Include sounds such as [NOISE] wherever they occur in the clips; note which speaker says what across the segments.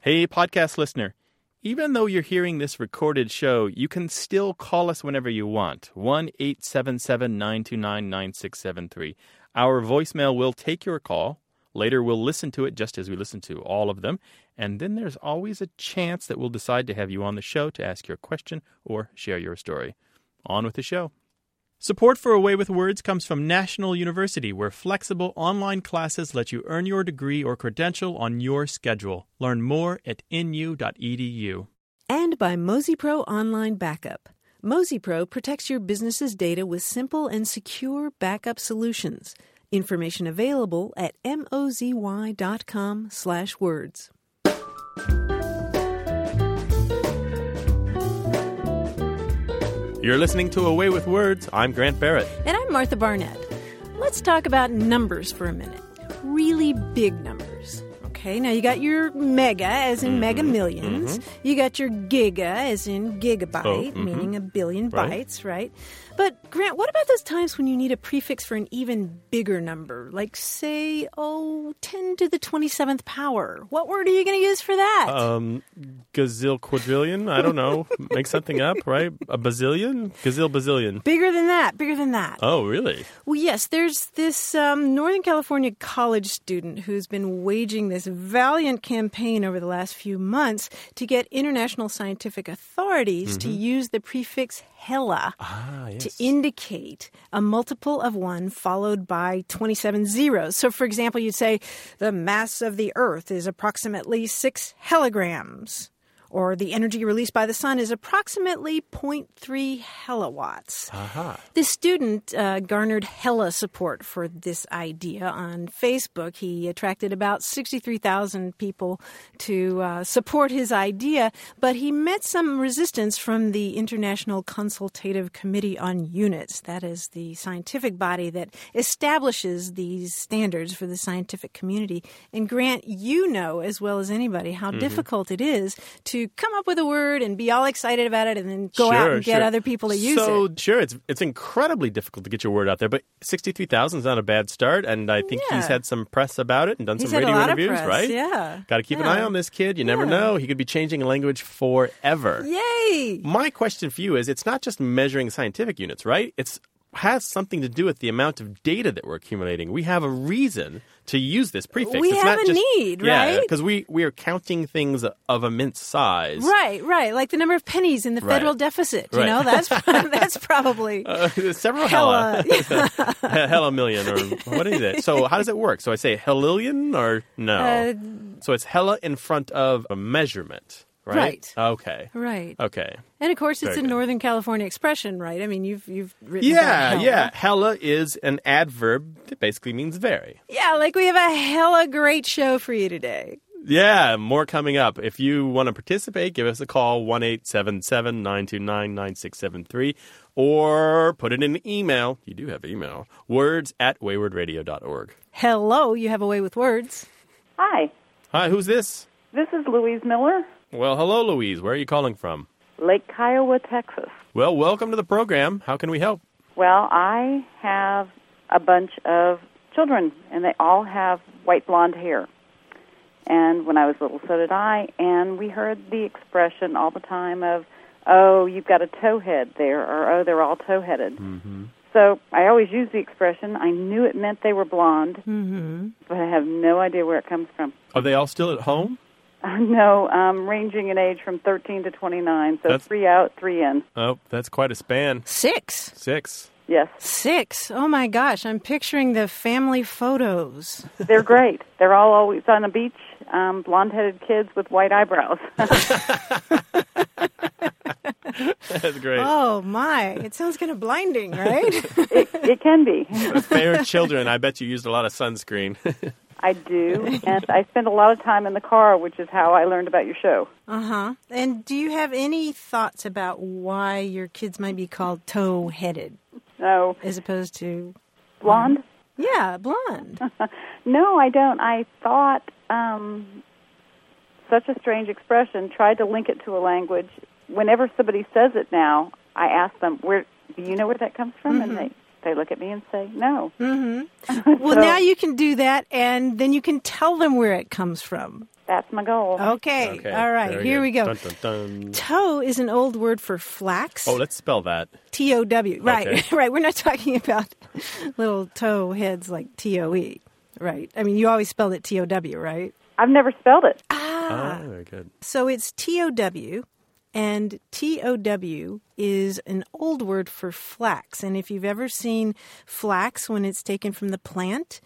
Speaker 1: Hey, podcast listener. Even though you're hearing this recorded show, you can still call us whenever you want 1 877 929 9673. Our voicemail will take your call. Later, we'll listen to it just as we listen to all of them. And then there's always a chance that we'll decide to have you on the show to ask your question or share your story. On with the show. Support for Away with Words comes from National University, where flexible online classes let you earn your degree or credential on your schedule. Learn more at E nu.edu.
Speaker 2: And by MoseyPro Online Backup. MoseyPro protects your business's data with simple and secure backup solutions. Information available at mozy.com slash words.
Speaker 1: You're listening to Away with Words. I'm Grant Barrett.
Speaker 2: And I'm Martha Barnett. Let's talk about numbers for a minute. Really big numbers. Okay, now you got your mega, as in mega 1000000s You got your giga, as in gigabyte,
Speaker 1: mhm.
Speaker 2: meaning a billion
Speaker 1: Right.
Speaker 2: bytes, right? But Grant, what about those times when you need a prefix for an even bigger number? Like, say, oh, 10 to the 27th power. What word are you going to use for that?
Speaker 1: Um, gazillion, quadrillion? I don't know. Make something up, right? A bazillion? Gazil bazillion.
Speaker 2: bigger than that, bigger than that.
Speaker 1: Oh, really?
Speaker 2: Well, yes, there's this um, Northern California college student who's been waging this valiant campaign over the last few months to get international scientific authorities to use the prefix hella
Speaker 1: Mm-hmm. Ah, yes.
Speaker 2: to indicate a multiple of one followed by 27 zeros. So, for example, you'd say the mass of the Earth is approximately six heligrams. Or the energy released by the sun is approximately 0.3 helawatts.
Speaker 1: Uh-huh.
Speaker 2: This student uh, garnered hella support for this idea on Facebook. He attracted about 63,000 people to uh, support his idea, but he met some resistance from the International Consultative Committee on Units. That is the scientific body that establishes these standards for the scientific community. And Grant, you know as well as anybody how
Speaker 1: Mm-hmm.
Speaker 2: difficult it is to come up with a word and be all excited about it and then go out
Speaker 1: Sure,
Speaker 2: and get
Speaker 1: sure.
Speaker 2: other people to use it.
Speaker 1: so, sure, it's it's incredibly difficult to get your word out there, but sixty three thousand is not a bad start, and I think he's
Speaker 2: Yeah.
Speaker 1: had some press about it and done
Speaker 2: He's
Speaker 1: some
Speaker 2: had a
Speaker 1: radio
Speaker 2: lot of
Speaker 1: interviews,
Speaker 2: press,
Speaker 1: right?
Speaker 2: yeah.
Speaker 1: Got to keep an
Speaker 2: Yeah.
Speaker 1: eye on this kid. You never
Speaker 2: Yeah.
Speaker 1: know; he could be changing language forever.
Speaker 2: Yay!
Speaker 1: My question for you is: It's not just measuring scientific units, right? It's has something to do with the amount of data that we're accumulating. We have a reason to use this prefix.
Speaker 2: We
Speaker 1: it's
Speaker 2: have
Speaker 1: not
Speaker 2: a
Speaker 1: just,
Speaker 2: need,
Speaker 1: yeah,
Speaker 2: right?
Speaker 1: Because we we are counting things of immense size.
Speaker 2: Right, right. Like the number of pennies in the
Speaker 1: Right.
Speaker 2: federal deficit. You
Speaker 1: Right.
Speaker 2: know, that's [LAUGHS] that's probably
Speaker 1: Uh, [LAUGHS] several
Speaker 2: Hella.
Speaker 1: hella.
Speaker 2: [LAUGHS]
Speaker 1: hella [LAUGHS] million or what is it? So how does it work? So I say hellillion or no?
Speaker 2: Uh,
Speaker 1: so it's hella in front of a measurement, right?
Speaker 2: Right.
Speaker 1: Okay.
Speaker 2: right.
Speaker 1: Okay.
Speaker 2: And of course, it's
Speaker 1: Very
Speaker 2: a
Speaker 1: good.
Speaker 2: Northern California expression, right? I mean, you've you've written
Speaker 1: Yeah,
Speaker 2: about hella.
Speaker 1: yeah. Hella is an adverb that basically means very.
Speaker 2: yeah. Like we have a hella great show for you today.
Speaker 1: Yeah, more coming up. If you want to participate, give us a call 1 877 929 9673 or put it in an email. You do have email. Words at waywardradio.org.
Speaker 2: Hello, you have a way with words.
Speaker 3: Hi,
Speaker 1: Hi, who's this?
Speaker 3: this is Louise Miller,
Speaker 1: Well, hello, Louise. Where are you calling from?
Speaker 3: Lake Kiowa, Texas.
Speaker 1: Well, welcome to the program. How can we help?
Speaker 3: Well, I have a bunch of children, and they all have white blonde hair. And when I was little, so did I. And we heard the expression all the time of, oh, you've got a towhead there, or oh, they're all toe headed. Mm-hmm. So I always use the expression. I knew it meant they were blonde,
Speaker 2: Hmm. Mm-hmm.
Speaker 3: but I have no idea where it comes from.
Speaker 1: Are they all still at home?
Speaker 3: [LAUGHS] no, um, ranging in age from 13 to 29, so
Speaker 1: That's-
Speaker 3: three out, three in.
Speaker 1: Oh, that's quite a span.
Speaker 2: Six,
Speaker 1: Six. [LAUGHS]
Speaker 3: Yes.
Speaker 2: six. Oh my gosh, I'm picturing the family photos.
Speaker 3: [LAUGHS] They're great. They're all always on the beach, um, blonde headed kids with
Speaker 2: [LAUGHS]
Speaker 3: white eyebrows.
Speaker 1: That's great. [LAUGHS]
Speaker 2: Oh my, [LAUGHS] it sounds kind of blinding, right?
Speaker 3: [LAUGHS] it can
Speaker 2: [LAUGHS]
Speaker 3: be.
Speaker 1: Fair children. I bet you used a lot of sunscreen. [LAUGHS]
Speaker 3: I do. And I spend a lot of time in the car, which is how I learned about your show.
Speaker 2: Uh huh. And do you have any thoughts about why your kids might be called toe headed
Speaker 3: No,
Speaker 2: as opposed to,
Speaker 3: blonde?
Speaker 2: yeah, blonde?
Speaker 3: [LAUGHS] No, I don't. I thought um, such a strange expression, tried to link it to a language. Whenever somebody says it now, I ask them, where do you know where that comes from? And
Speaker 2: Mm-hmm.
Speaker 3: they, they look at me and say, no. [LAUGHS]
Speaker 2: well, now you can do that and then you can tell them where it comes from.
Speaker 3: That's my goal.
Speaker 2: Okay.
Speaker 1: Okay,
Speaker 2: All right.
Speaker 1: very
Speaker 2: Here
Speaker 1: good.
Speaker 2: we go.
Speaker 1: Dun, dun, dun.
Speaker 2: Tow is an old word for flax.
Speaker 1: Oh, let's spell
Speaker 2: [LAUGHS]
Speaker 1: that.
Speaker 2: T O W. Right.
Speaker 1: Okay.
Speaker 2: right. [LAUGHS] We're not talking about [LAUGHS] little toe heads like T O E. Right. I mean, you always spelled it T O W, right?
Speaker 3: I've never spelled it.
Speaker 1: Ah, very good.
Speaker 2: So it's T O W, and T O W is an old word for flax. And if you've ever seen flax when it's taken from the plant,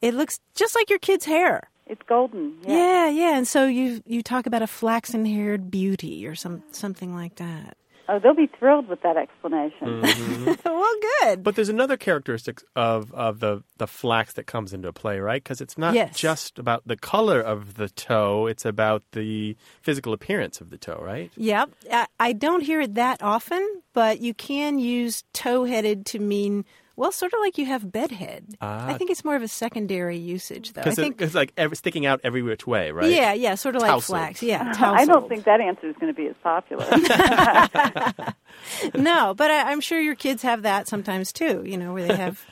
Speaker 2: it looks just like your kid's hair.
Speaker 3: It's golden. Yeah.
Speaker 2: Yeah, yeah. And so you you talk about a flaxen haired beauty or some something like that.
Speaker 3: Oh, they'll be thrilled with that
Speaker 1: Mm.
Speaker 3: explanation.
Speaker 2: well, good.
Speaker 1: Mm-hmm. But there's another characteristic of, of the, the flax that comes into play, right? Because it's not
Speaker 2: Yes.
Speaker 1: just about the color of the toe, it's about the physical appearance of the toe, right?
Speaker 2: Yep. I, I don't hear it that often, but you can use toe headed to mean, well, sort of like you have bedhead. I think it's more of a secondary usage, though. I
Speaker 1: Because
Speaker 2: think.
Speaker 1: it's like every, sticking out every which way, right?
Speaker 2: Yeah, yeah, sort of like
Speaker 1: Tousled.
Speaker 2: flax. Yeah,
Speaker 3: [SIGHS] [LAUGHS] I don't
Speaker 2: tousled.
Speaker 3: think that answer is going to be as
Speaker 2: [LAUGHS]
Speaker 3: popular.
Speaker 2: no, but I, I'm sure your kids have that sometimes too. You know, where they have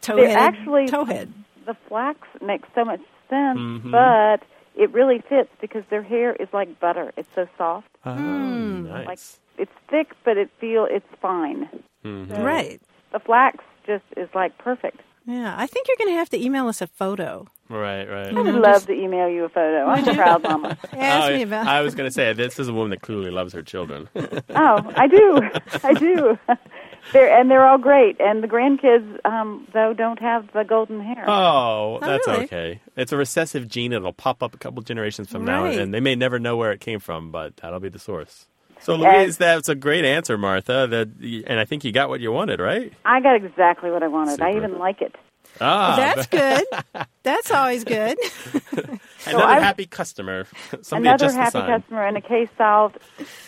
Speaker 2: toe
Speaker 3: They
Speaker 2: head.
Speaker 3: actually-
Speaker 2: toe head.
Speaker 3: the flax makes so much sense,
Speaker 4: Mm-hmm.
Speaker 3: but it really fits because their hair is like butter. It's so soft.
Speaker 1: Oh,
Speaker 3: Mm. Like
Speaker 1: nice.
Speaker 3: it's thick, but it feel it's fine.
Speaker 1: Mm-hmm.
Speaker 3: So
Speaker 2: Right.
Speaker 3: The flax just is like perfect.
Speaker 2: Yeah, I think you're going to have to email us a photo.
Speaker 1: Right, right.
Speaker 3: I would love to email you a photo. I'm a proud mama.
Speaker 2: Ask
Speaker 1: I-
Speaker 2: me about.
Speaker 1: I was going to say, this is a woman that clearly loves her
Speaker 2: [LAUGHS]
Speaker 1: children.
Speaker 3: Oh, I do. I do. [LAUGHS] They're, and they're all great. And the grandkids, um, though, don't have the golden hair.
Speaker 1: Oh, that's
Speaker 2: really?
Speaker 1: okay. It's a recessive gene. It'll pop up a couple generations from now,
Speaker 2: Right.
Speaker 1: and they may never know where it came from, but that'll be the source. So,
Speaker 3: Yeah.
Speaker 1: Louise, that's a great answer, Martha. That, and I think you got what you wanted, right?
Speaker 3: I got exactly what I wanted. I
Speaker 1: Super.
Speaker 3: even like it.
Speaker 1: Ah,
Speaker 2: Oh, That's good. That's always good.
Speaker 1: [LAUGHS] another
Speaker 3: I'm-
Speaker 1: happy customer. [LAUGHS] Somebody
Speaker 3: Another
Speaker 1: adjust the
Speaker 3: happy
Speaker 1: sign.
Speaker 3: customer and a case solved.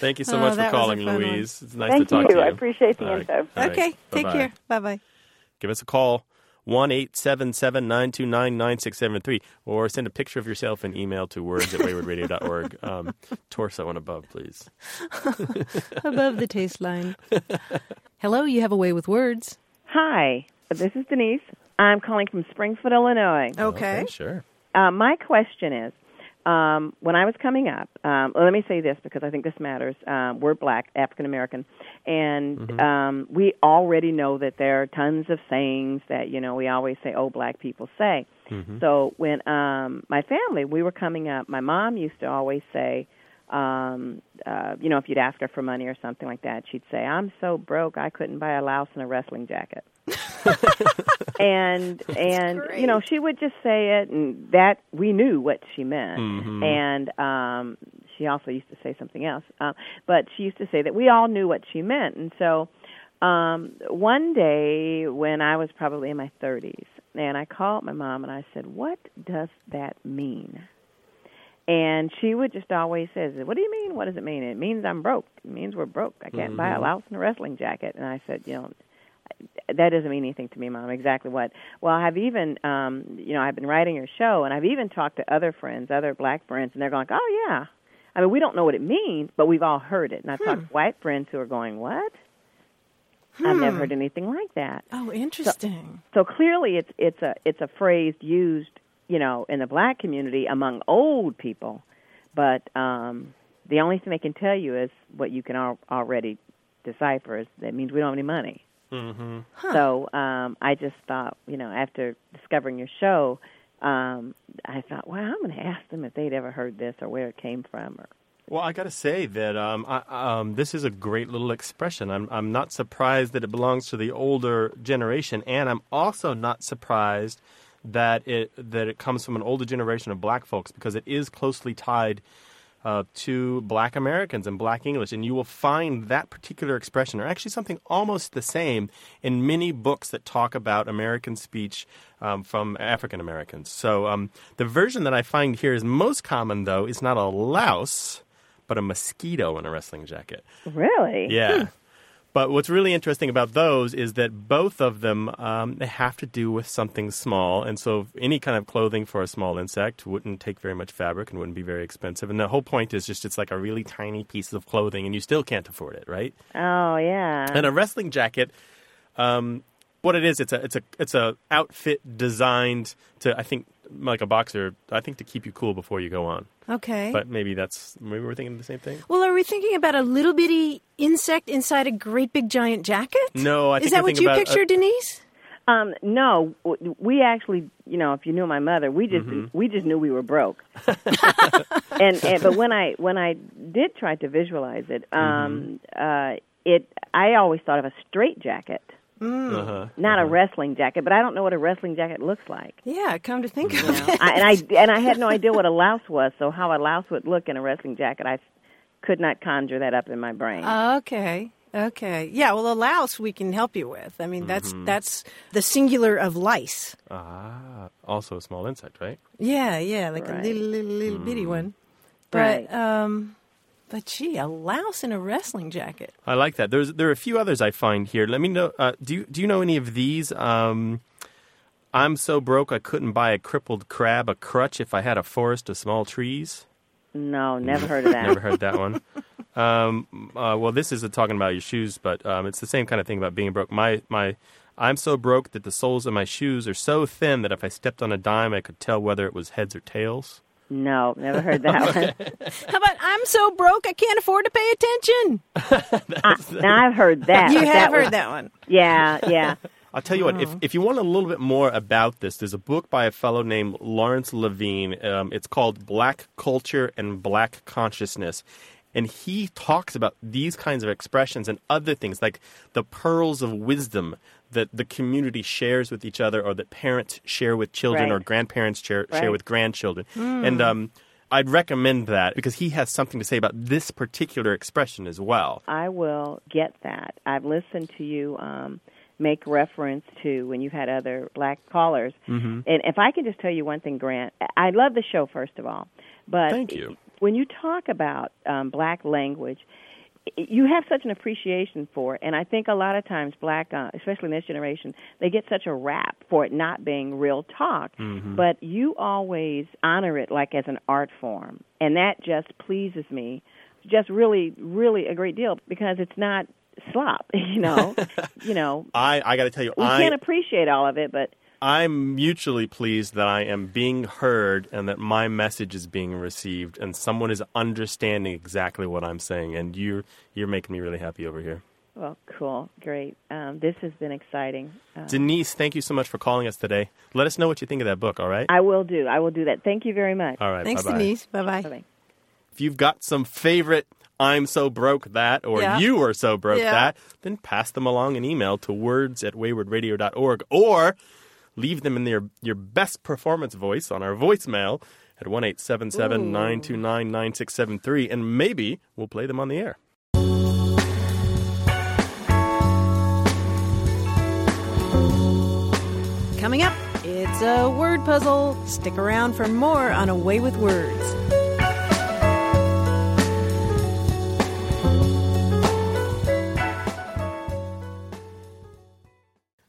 Speaker 1: Thank you so
Speaker 2: Oh,
Speaker 1: much
Speaker 2: that
Speaker 1: for
Speaker 2: was a
Speaker 1: calling,
Speaker 2: fun one.
Speaker 1: Louise. It's nice
Speaker 3: Thank
Speaker 1: to talk
Speaker 3: you.
Speaker 1: to you.
Speaker 3: I appreciate the
Speaker 1: All right.
Speaker 3: info.
Speaker 1: All right.
Speaker 2: okay, take
Speaker 1: Bye-bye.
Speaker 2: care. Bye bye.
Speaker 1: Give us a call. 1 877 929 9673, or send a picture of yourself and email to words at waywardradio.org. Um, [LAUGHS] torso and above, please.
Speaker 2: [LAUGHS] above the taste line. Hello, you have a way with words.
Speaker 5: Hi, this is Denise. I'm calling from Springfield, Illinois.
Speaker 2: Okay.
Speaker 1: sure.
Speaker 5: Uh, my question is um, when I was coming up, um, well, let me say this because I think this matters. Um, we're black, African American, and
Speaker 2: Mm-hmm.
Speaker 5: um, we already know that there are tons of sayings that, you know, we always say, oh, black people say.
Speaker 1: Mm-hmm.
Speaker 3: Mm-hmm.
Speaker 5: So when um, my family, we were coming up, my mom used to always say, um uh you know if you'd ask her for money or something like that she'd say i'm so broke i couldn't buy a louse and a wrestling jacket and and you know she would just say it and that we knew what she meant
Speaker 1: Mm-hmm.
Speaker 5: and um she also used to say something else um but she used to say that we all knew what she meant and so um one day when i was probably in my 30s and i called my mom and i said what does that mean and she would just always says, "What do you mean? What does it mean? It means I'm broke. It means we're broke. I can't buy a louse and a wrestling jacket." And I said, "You know, that doesn't mean anything to me, Mom. Exactly what? Well, I've even, um, you know, I've been writing your show, and I've even talked to other friends, other black friends, and they're going, "Oh yeah." I mean, we don't know what it means, but we've all heard it. And I've
Speaker 2: Hmm.
Speaker 5: talked to white friends who are going, "What? I've never heard anything like that."
Speaker 2: Hmm. Oh, interesting.
Speaker 5: so clearly it's it's a it's a phrase used you know in the black community among old people but um the only thing they can tell you is what you can al- already decipher is that means we don't have any money mm-hmm. so um i just thought you know after discovering your show um i thought well i'm going to ask them if they'd ever heard this or where it came from or
Speaker 1: Well, I got to say that um, I, um, this is a great little expression. I'm, I'm not surprised that it belongs to the older generation, and I'm also not surprised that it that it comes from an older generation of black folks because it is closely tied uh, to black Americans and black English. And you will find that particular expression, or actually something almost the same, in many books that talk about American speech um, from African Americans. So um, the version that I find here is most common, though, is not a louse, but a mosquito in a wrestling jacket.
Speaker 5: really
Speaker 6: Hmm.
Speaker 1: Yeah. But what's really interesting about those is that both of them um, they have to do with something small, and so any kind of clothing for a small insect wouldn't take very much fabric and wouldn't be very expensive. And the whole point is just it's like a really tiny piece of clothing, and you still can't afford it, right?
Speaker 5: oh yeah
Speaker 1: And a wrestling jacket, um, what it is, it's a it's a it's a outfit designed to I think like a boxer. I think to keep you cool before you go on.
Speaker 2: Okay.
Speaker 1: But maybe that's maybe we're thinking the same thing.
Speaker 2: well, are we thinking about a little bitty insect inside a great big giant jacket?
Speaker 1: No, I
Speaker 2: Is
Speaker 1: think
Speaker 2: that
Speaker 1: we're
Speaker 2: what
Speaker 1: thinking
Speaker 2: you
Speaker 1: about a-
Speaker 2: picture, Denise?
Speaker 5: Um, no, w- we actually, you know, if you knew my mother, we just
Speaker 1: Mm-hmm.
Speaker 5: we just knew we were
Speaker 1: [LAUGHS]
Speaker 5: broke. and, and but when I when I did try to visualize it, um,
Speaker 1: Mm-hmm.
Speaker 5: uh, it I always thought of a straight jacket,
Speaker 1: Uh-huh.
Speaker 5: not a wrestling jacket. But I don't know what a wrestling jacket looks like.
Speaker 2: Yeah, come to think
Speaker 5: you
Speaker 2: of
Speaker 5: know.
Speaker 2: it.
Speaker 5: I, and I and I
Speaker 2: [LAUGHS]
Speaker 5: had no idea what a louse was, so how a louse would look in a wrestling jacket, I could not conjure that up in my
Speaker 2: Uh,
Speaker 5: brain.
Speaker 2: Ah, Okay. Okay. Yeah, well, a louse we can help you with. I mean, that's
Speaker 1: Mm-hmm.
Speaker 2: that's the singular of lice.
Speaker 1: Ah, also a small insect, right?
Speaker 2: Yeah, yeah, like a
Speaker 5: Right.
Speaker 2: little little little
Speaker 1: Mm.
Speaker 2: bitty one. But
Speaker 5: Right.
Speaker 2: um but gee, a louse in a wrestling jacket.
Speaker 1: I like that. There's there are a few others I find here. Let me know. Uh, do you do you know any of these? Um, I'm so broke I couldn't buy a crippled crab a crutch if I had a forest of small trees.
Speaker 5: no, never
Speaker 1: [LAUGHS]
Speaker 5: heard of that.
Speaker 1: Mm. Never heard that one. Um, uh, well, this is talking about your shoes, but um, it's the same kind of thing about being broke. My my, I'm so broke that the soles of my shoes are so thin that if I stepped on a dime, I could tell whether it was heads or tails.
Speaker 5: No, never heard
Speaker 2: [LAUGHS]
Speaker 5: that one.
Speaker 2: How about I'm so broke I can't afford to pay attention?
Speaker 5: Now I've heard that.
Speaker 2: You
Speaker 5: but
Speaker 2: have
Speaker 5: was-
Speaker 2: heard that one.
Speaker 5: Yeah, yeah.
Speaker 1: I'll tell you what, if, if you want a little bit more about this, there's a book by a fellow named Lawrence Levine. Um, it's called Black Culture and Black Consciousness. And he talks about these kinds of expressions and other things like the pearls of wisdom that the community shares with each other or that parents share with children
Speaker 5: Right.
Speaker 1: or grandparents share, share
Speaker 5: Right. Hmm.
Speaker 1: with grandchildren. And um, I'd recommend that because he has something to say about this particular expression as well.
Speaker 5: I will get that. I've listened to you um, make reference to when you've had other black callers. Mm-hmm. And if I can just tell you one thing, Grant, I I love the show, first of all. But
Speaker 1: [LAUGHS] Thank you.
Speaker 5: When you talk about um, black language, i- you have such an appreciation for it, and I think a lot of times black, uh, especially in this generation, they get such a rap for it not being real talk.
Speaker 1: Mm-hmm.
Speaker 6: Mm-hmm.
Speaker 5: But you always honor it like as an art form, and that just pleases me, just really, really a great deal because it's not slop, [LAUGHS] you know. you know,
Speaker 1: I, I got to tell you,
Speaker 5: we
Speaker 1: I
Speaker 5: can't appreciate all of it, but
Speaker 1: I'm mutually pleased that I am being heard and that my message is being received and someone is understanding exactly what I'm saying and you're you're making me really happy over here.
Speaker 5: well, cool, great. Um, this has been exciting. Uh,
Speaker 1: Denise, thank you so much for calling us today. Let us know what you think of that book, all right?
Speaker 5: I will do. I will do that. Thank you very much.
Speaker 1: All right.
Speaker 2: Thanks,
Speaker 1: bye-bye.
Speaker 2: Denise. Bye bye.
Speaker 5: Bye-bye.
Speaker 1: If you've got some favorite I'm so broke that or
Speaker 2: Yeah.
Speaker 1: you are so broke
Speaker 2: Yeah.
Speaker 1: that, then pass them along an email to words at waywardradio.org or leave them in their your best performance voice on our voicemail at 1-877-929-9673 and maybe we'll play them on the air.
Speaker 2: Coming up, it's a word puzzle. Stick around for more on Away with Words.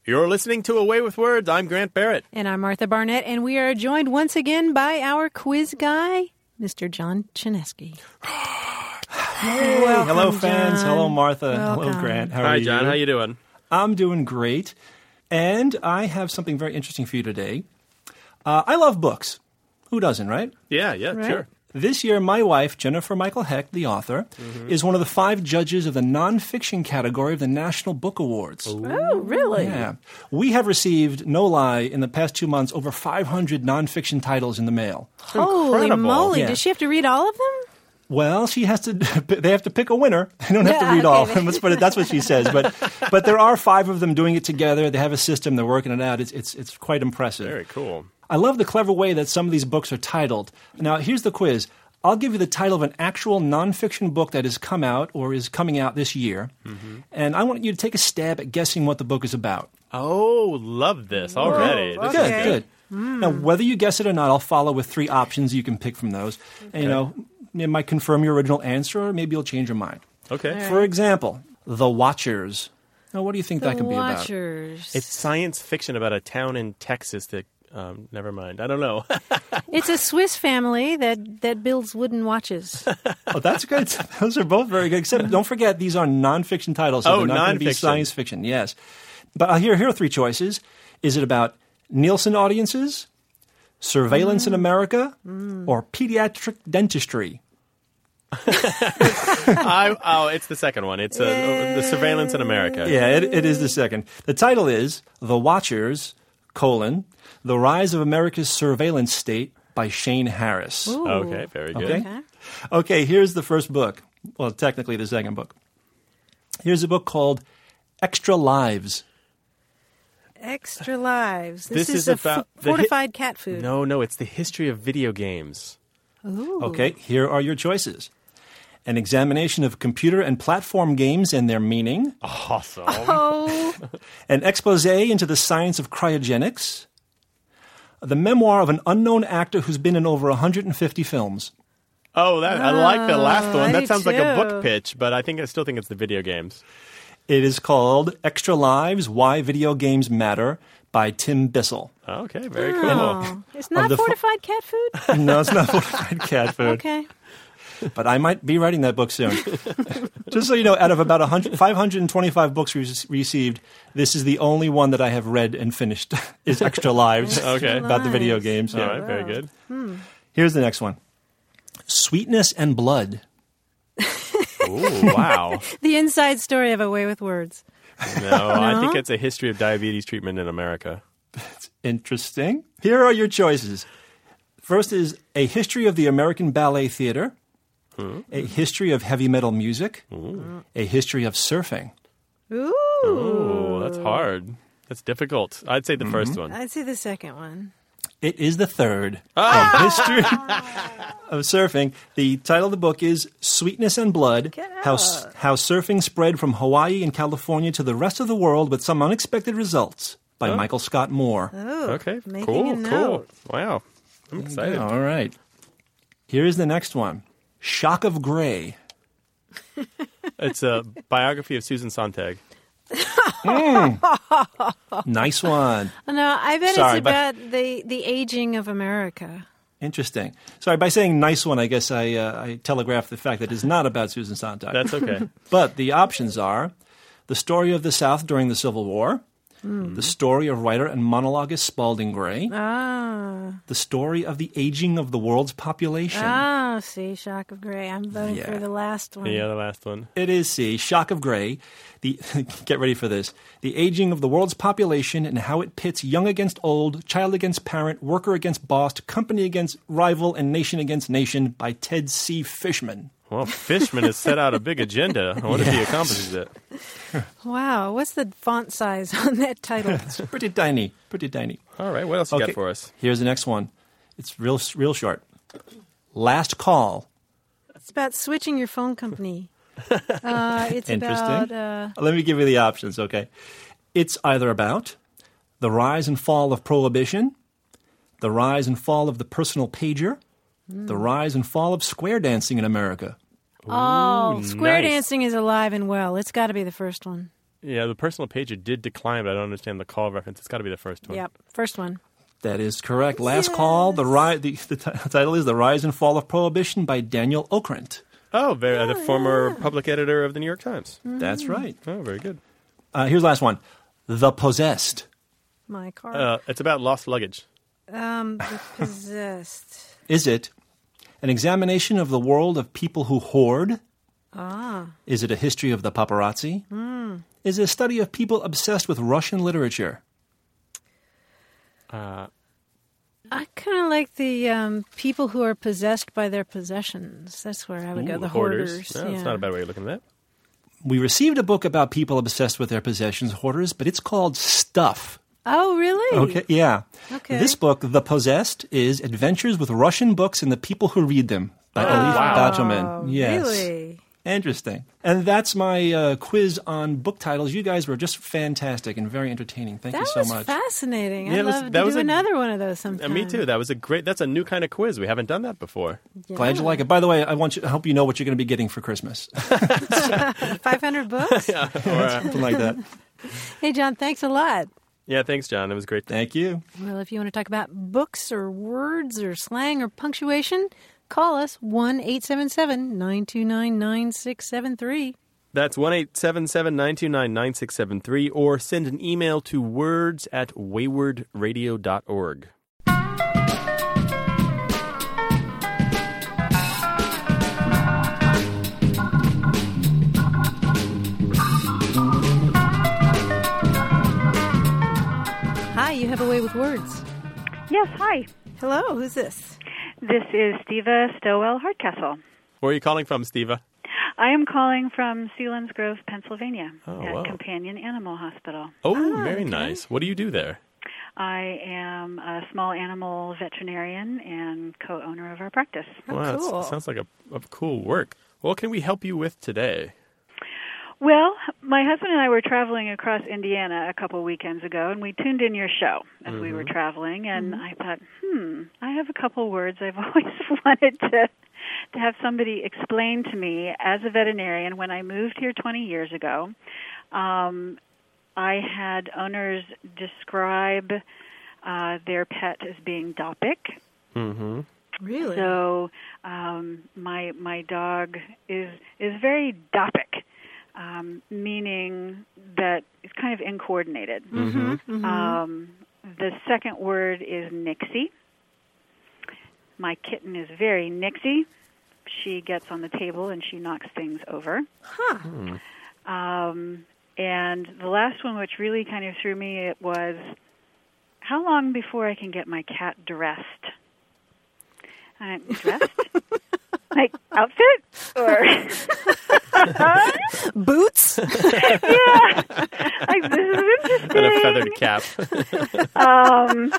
Speaker 1: You're listening to Away with Words. I'm Grant Barrett.
Speaker 2: And I'm Martha Barnett, and we are joined once again by our quiz guy, Mr. John Chinesky. Welcome,
Speaker 7: Hello, fans.
Speaker 2: John.
Speaker 7: Hello, Martha.
Speaker 2: Welcome.
Speaker 7: Hello, Grant. How are
Speaker 1: Hi
Speaker 7: you?
Speaker 1: John, how you doing?
Speaker 7: I'm doing great, and I have something very interesting for you today. Uh, I love books. Who doesn't, right?
Speaker 1: Yeah, yeah,
Speaker 2: Right.
Speaker 1: sure.
Speaker 7: This year, my wife, Jennifer Michael Heck, the author,
Speaker 1: Mm-hmm.
Speaker 7: is one of the five judges of the nonfiction category of the National Book Awards.
Speaker 2: Oh, really?
Speaker 7: Yeah. We have received, no lie, in the past two months, over 500 nonfiction titles in the mail.
Speaker 2: Holy
Speaker 1: Incredible.
Speaker 2: moly.
Speaker 7: Yeah.
Speaker 2: Does she have to read
Speaker 7: [LAUGHS]
Speaker 2: all of them?
Speaker 7: Well, she has to. [LAUGHS] They have to pick a winner. They don't have to
Speaker 2: Yeah,
Speaker 7: read all of
Speaker 2: okay.
Speaker 7: them. Let's put it. That's what she says.
Speaker 2: [LAUGHS]
Speaker 7: But but there are five of them doing it together. They have a system. They're working it out. It's it's it's quite impressive.
Speaker 1: Very cool.
Speaker 7: I love the clever way that some of these books are titled. Now here's the quiz. I'll give you the title of an actual nonfiction book that has come out or is coming out this year, and I want you to take a stab at guessing what the book is about.
Speaker 1: Oh, love this
Speaker 2: Oh,
Speaker 1: already. This is
Speaker 7: Good, good.
Speaker 2: Hmm.
Speaker 7: Now,
Speaker 1: Hmm.
Speaker 7: whether you guess it or not, I'll follow with three options. You can pick from those, and you know it might confirm your original answer, or maybe you'll change your mind.
Speaker 1: Okay.
Speaker 7: For example, The Watchers. Now, what do you think that
Speaker 2: the
Speaker 7: could be about?
Speaker 2: Watchers.
Speaker 1: It's science fiction about a town in Texas that. Um, never mind. I don't know. [LAUGHS]
Speaker 2: It's a Swiss family that, that builds wooden
Speaker 7: [LAUGHS]
Speaker 2: watches.
Speaker 7: [LAUGHS] Oh, that's
Speaker 1: [LAUGHS]
Speaker 7: good. Those are both very good. Except, don't forget, these are nonfiction titles. So
Speaker 1: Oh,
Speaker 7: they're not going to be
Speaker 1: nonfiction.
Speaker 7: science fiction. Yes. But uh, here, here are three choices. Is it about Nielsen audiences, surveillance in
Speaker 1: Hmm.
Speaker 7: America, or pediatric dentistry?
Speaker 1: I, oh, it's the second one. It's uh, the surveillance in America.
Speaker 7: Yeah, it, it is the second. The title is The Watchers, colon, The Rise of America's Surveillance State by Shane Harris.
Speaker 1: Okay, very good.
Speaker 7: Okay.
Speaker 2: Okay.
Speaker 7: Okay, here's the first book. Well, technically the second book. Here's a book called Extra Lives.
Speaker 2: Extra lives. This,
Speaker 1: This is
Speaker 2: a
Speaker 1: about
Speaker 2: f-
Speaker 1: the hi-
Speaker 2: fortified cat food.
Speaker 1: No, no, it's the history of video games.
Speaker 7: Okay, here are your choices. An examination of computer and platform games and their meaning,
Speaker 1: Awesome.
Speaker 2: [LAUGHS] Oh,
Speaker 7: [LAUGHS] an expose into the science of cryogenics, the memoir of an unknown actor who's been in over 150 films.
Speaker 1: Oh, that I like the last
Speaker 2: I
Speaker 1: one.
Speaker 2: do
Speaker 1: That sounds like a
Speaker 2: Oh, too.
Speaker 1: book pitch, but I think I still think it's the video games.
Speaker 7: It is called Extra Lives Why Video Games Matter by Tim Bissell.
Speaker 1: Okay, very cool.
Speaker 2: oh. it's not
Speaker 7: the fu-
Speaker 2: fortified cat food.
Speaker 7: [LAUGHS] No, it's not fortified cat
Speaker 2: [LAUGHS]
Speaker 7: food.
Speaker 2: Okay.
Speaker 7: but I might be writing that book soon. Just so you know, out of about 100, 525 books we received, this is the only one that I have read and finished [LAUGHS] is Extra Lives
Speaker 1: Okay.
Speaker 7: about the video games.
Speaker 1: All
Speaker 7: Yeah.
Speaker 1: right, very good.
Speaker 2: Hmm.
Speaker 7: Here's the next one. Sweetness and Blood. [LAUGHS]
Speaker 1: Ooh, wow.
Speaker 2: The inside story of A Way with Words.
Speaker 1: No, I think it's a history of diabetes treatment in America.
Speaker 7: Interesting. Here are your choices. First is A History of the American Ballet Theater,
Speaker 1: Hmm.
Speaker 7: A History of Heavy Metal Music, A History of Surfing.
Speaker 2: Ooh.
Speaker 1: Ooh, that's hard. That's difficult. I'd say the
Speaker 7: Mm-hmm.
Speaker 1: first one.
Speaker 2: I'd say the second one.
Speaker 7: It is the third
Speaker 2: Ah!
Speaker 7: of history
Speaker 2: [LAUGHS]
Speaker 7: of surfing. The title of the book is "Sweetness and Blood:
Speaker 2: Get
Speaker 7: How S- How Surfing Spread from Hawaii and California to the Rest of the World with Some Unexpected Results" by Michael Scott Moore.
Speaker 2: Oh,
Speaker 1: Okay,
Speaker 2: making
Speaker 1: cool,
Speaker 2: a
Speaker 1: cool.
Speaker 2: note.
Speaker 1: Wow, I'm excited.
Speaker 7: All right, here is the next one: "Shock of Gray."
Speaker 1: It's a biography of Susan Sontag.
Speaker 2: Oh.
Speaker 7: Nice
Speaker 2: [LAUGHS]
Speaker 7: one.
Speaker 2: No, I bet
Speaker 7: Sorry,
Speaker 2: it's
Speaker 7: but-
Speaker 2: about the the aging of America.
Speaker 7: Interesting. Sorry, by saying "nice one," I guess I uh, I telegraphed the fact that it's not about Susan Sontag.
Speaker 1: That's okay.
Speaker 7: [LAUGHS] But the options are the story of the South during the Civil War,
Speaker 2: Hmm.
Speaker 1: Mm-hmm.
Speaker 7: the story of writer and monologuist Spalding Gray,
Speaker 2: Ah,
Speaker 7: the story of the aging of the world's population.
Speaker 2: ah, see, shock of gray. I'm voting
Speaker 7: Yeah.
Speaker 2: for the last one.
Speaker 1: yeah, the last one.
Speaker 7: It is C, Shock of Gray. The [LAUGHS] get ready for this. The aging of the world's population and how it pits young against old, child against parent, worker against boss, company against rival, and nation against nation by Ted C. Fishman.
Speaker 1: Well, Fishman has set out a big agenda. I wonder if he accomplishes it.
Speaker 2: Wow, what's the font size [LAUGHS] on that
Speaker 1: [LAUGHS]
Speaker 2: title?
Speaker 7: It's pretty tiny. Pretty tiny.
Speaker 1: All right, what else you
Speaker 7: Okay.
Speaker 1: got for us?
Speaker 7: Here's the next one. It's real, real short. Last call.
Speaker 2: it's about switching your
Speaker 1: [LAUGHS]
Speaker 2: phone company. Uh, it's
Speaker 7: Interesting.
Speaker 2: about uh,
Speaker 7: Let me give you the options, okay? It's either about the rise and fall of prohibition, the rise and fall of the personal pager,
Speaker 2: Hmm.
Speaker 7: the rise and fall of square dancing in America.
Speaker 2: oh, square
Speaker 1: nice.
Speaker 2: dancing is alive and well. It's got to be the first one.
Speaker 1: Yeah, the personal pager did decline, but I don't understand the call reference. It's got to be the first one.
Speaker 2: Yep, first one.
Speaker 7: That is correct. Last call. The, ri- the, the ti- title is The Rise and Fall of Prohibition by Daniel Okrent.
Speaker 1: Oh, very, the former public editor of the New York Times.
Speaker 7: That's right.
Speaker 1: Oh, very good.
Speaker 7: Uh, here's the last one The Possessed.
Speaker 2: My car.
Speaker 1: Uh, it's about lost luggage. [LAUGHS]
Speaker 2: um, the possessed.
Speaker 7: Is it an examination of the world of people who hoard?
Speaker 2: Ah, hmm.
Speaker 7: Is it a history of the paparazzi? Is it a study of people obsessed with Russian literature?
Speaker 1: Uh,
Speaker 2: I kind of like the um, people who are possessed by their possessions. That's where I would go.
Speaker 1: Ooh,
Speaker 2: The hoarders.
Speaker 1: No,
Speaker 2: yeah.
Speaker 1: It's not a bad way of looking at that.
Speaker 7: We received a book about people obsessed with their possessions, hoarders, but it's called Stuff.
Speaker 2: Oh, really?
Speaker 7: Okay, yeah.
Speaker 2: Okay.
Speaker 7: This book, The Possessed, is Adventures with Russian Books and the People Who Read Them by Elif
Speaker 1: wow.
Speaker 7: Badgelman. Yes.
Speaker 2: Oh, Really?
Speaker 7: Interesting. And that's my uh, quiz on book titles. You guys were just fantastic and very entertaining. Thank
Speaker 2: That
Speaker 7: you so
Speaker 2: was
Speaker 7: much.
Speaker 2: fascinating.
Speaker 1: Yeah,
Speaker 2: I'd
Speaker 1: it was-
Speaker 2: love
Speaker 1: that
Speaker 2: to
Speaker 1: was
Speaker 2: do
Speaker 1: a-
Speaker 2: another one of those sometime.
Speaker 1: And me too. That was a great. That's a new kind of quiz. We haven't done that before.
Speaker 7: Glad you like it. By the way, I want you I hope you know what you're going to be getting for
Speaker 1: [LAUGHS]
Speaker 7: Christmas.
Speaker 2: Five hundred
Speaker 7: [LAUGHS]
Speaker 2: books.
Speaker 1: uh,
Speaker 7: Something like that.
Speaker 2: [LAUGHS] Hey, John, thanks a lot.
Speaker 1: Yeah, thanks, John. It was great.
Speaker 7: Thank you.
Speaker 2: Well, if you want to talk about books or words or slang or punctuation, call us one eight seven seven nine two nine nine six seven three.
Speaker 1: That's 1-877-929-9673 or send an email to words at waywardradio.org.
Speaker 2: Hi, you have a way with words.
Speaker 8: Yes, hi.
Speaker 2: Hello, who's this?
Speaker 8: This is Steva Stowell Hardcastle.
Speaker 1: Where are you calling from, Steva?
Speaker 8: I am calling from Sealands Grove, Pennsylvania,
Speaker 1: Oh,
Speaker 8: at
Speaker 1: wow.
Speaker 8: Companion Animal Hospital.
Speaker 1: Oh, very nice. What do you do there?
Speaker 8: I am a small animal veterinarian and co owner of our practice.
Speaker 1: wow, that's-
Speaker 2: Oh, cool.
Speaker 1: sounds like a, a cool work. What can we help you with today?
Speaker 8: Well, my husband and I were traveling across Indiana a couple weekends ago, and we tuned in your show as we
Speaker 2: Mm-hmm.
Speaker 8: were
Speaker 1: Mm-hmm.
Speaker 8: traveling, and I thought, hmm, I have a couple words I've [LAUGHS] always wanted to to have somebody explain to me as a veterinarian when I moved here 20 years ago. Um, I had owners describe uh, their pet as being dopic,
Speaker 7: Mm-hmm.
Speaker 2: Really?
Speaker 8: so um, my my dog is is very dopic, um, meaning that it's kind of incoordinated. Um, the second word is nixie. My kitten is very nixie. She gets on the table and she knocks things over. Hmm. Um, and the last one, which really kind of threw me, it was how long before I can get my cat dressed? Uh, dressed? like outfit? Or
Speaker 2: [LAUGHS]
Speaker 8: [LAUGHS]
Speaker 2: Boots?
Speaker 8: like this is interesting.
Speaker 1: [LAUGHS] And a feathered cap. [LAUGHS]
Speaker 8: um,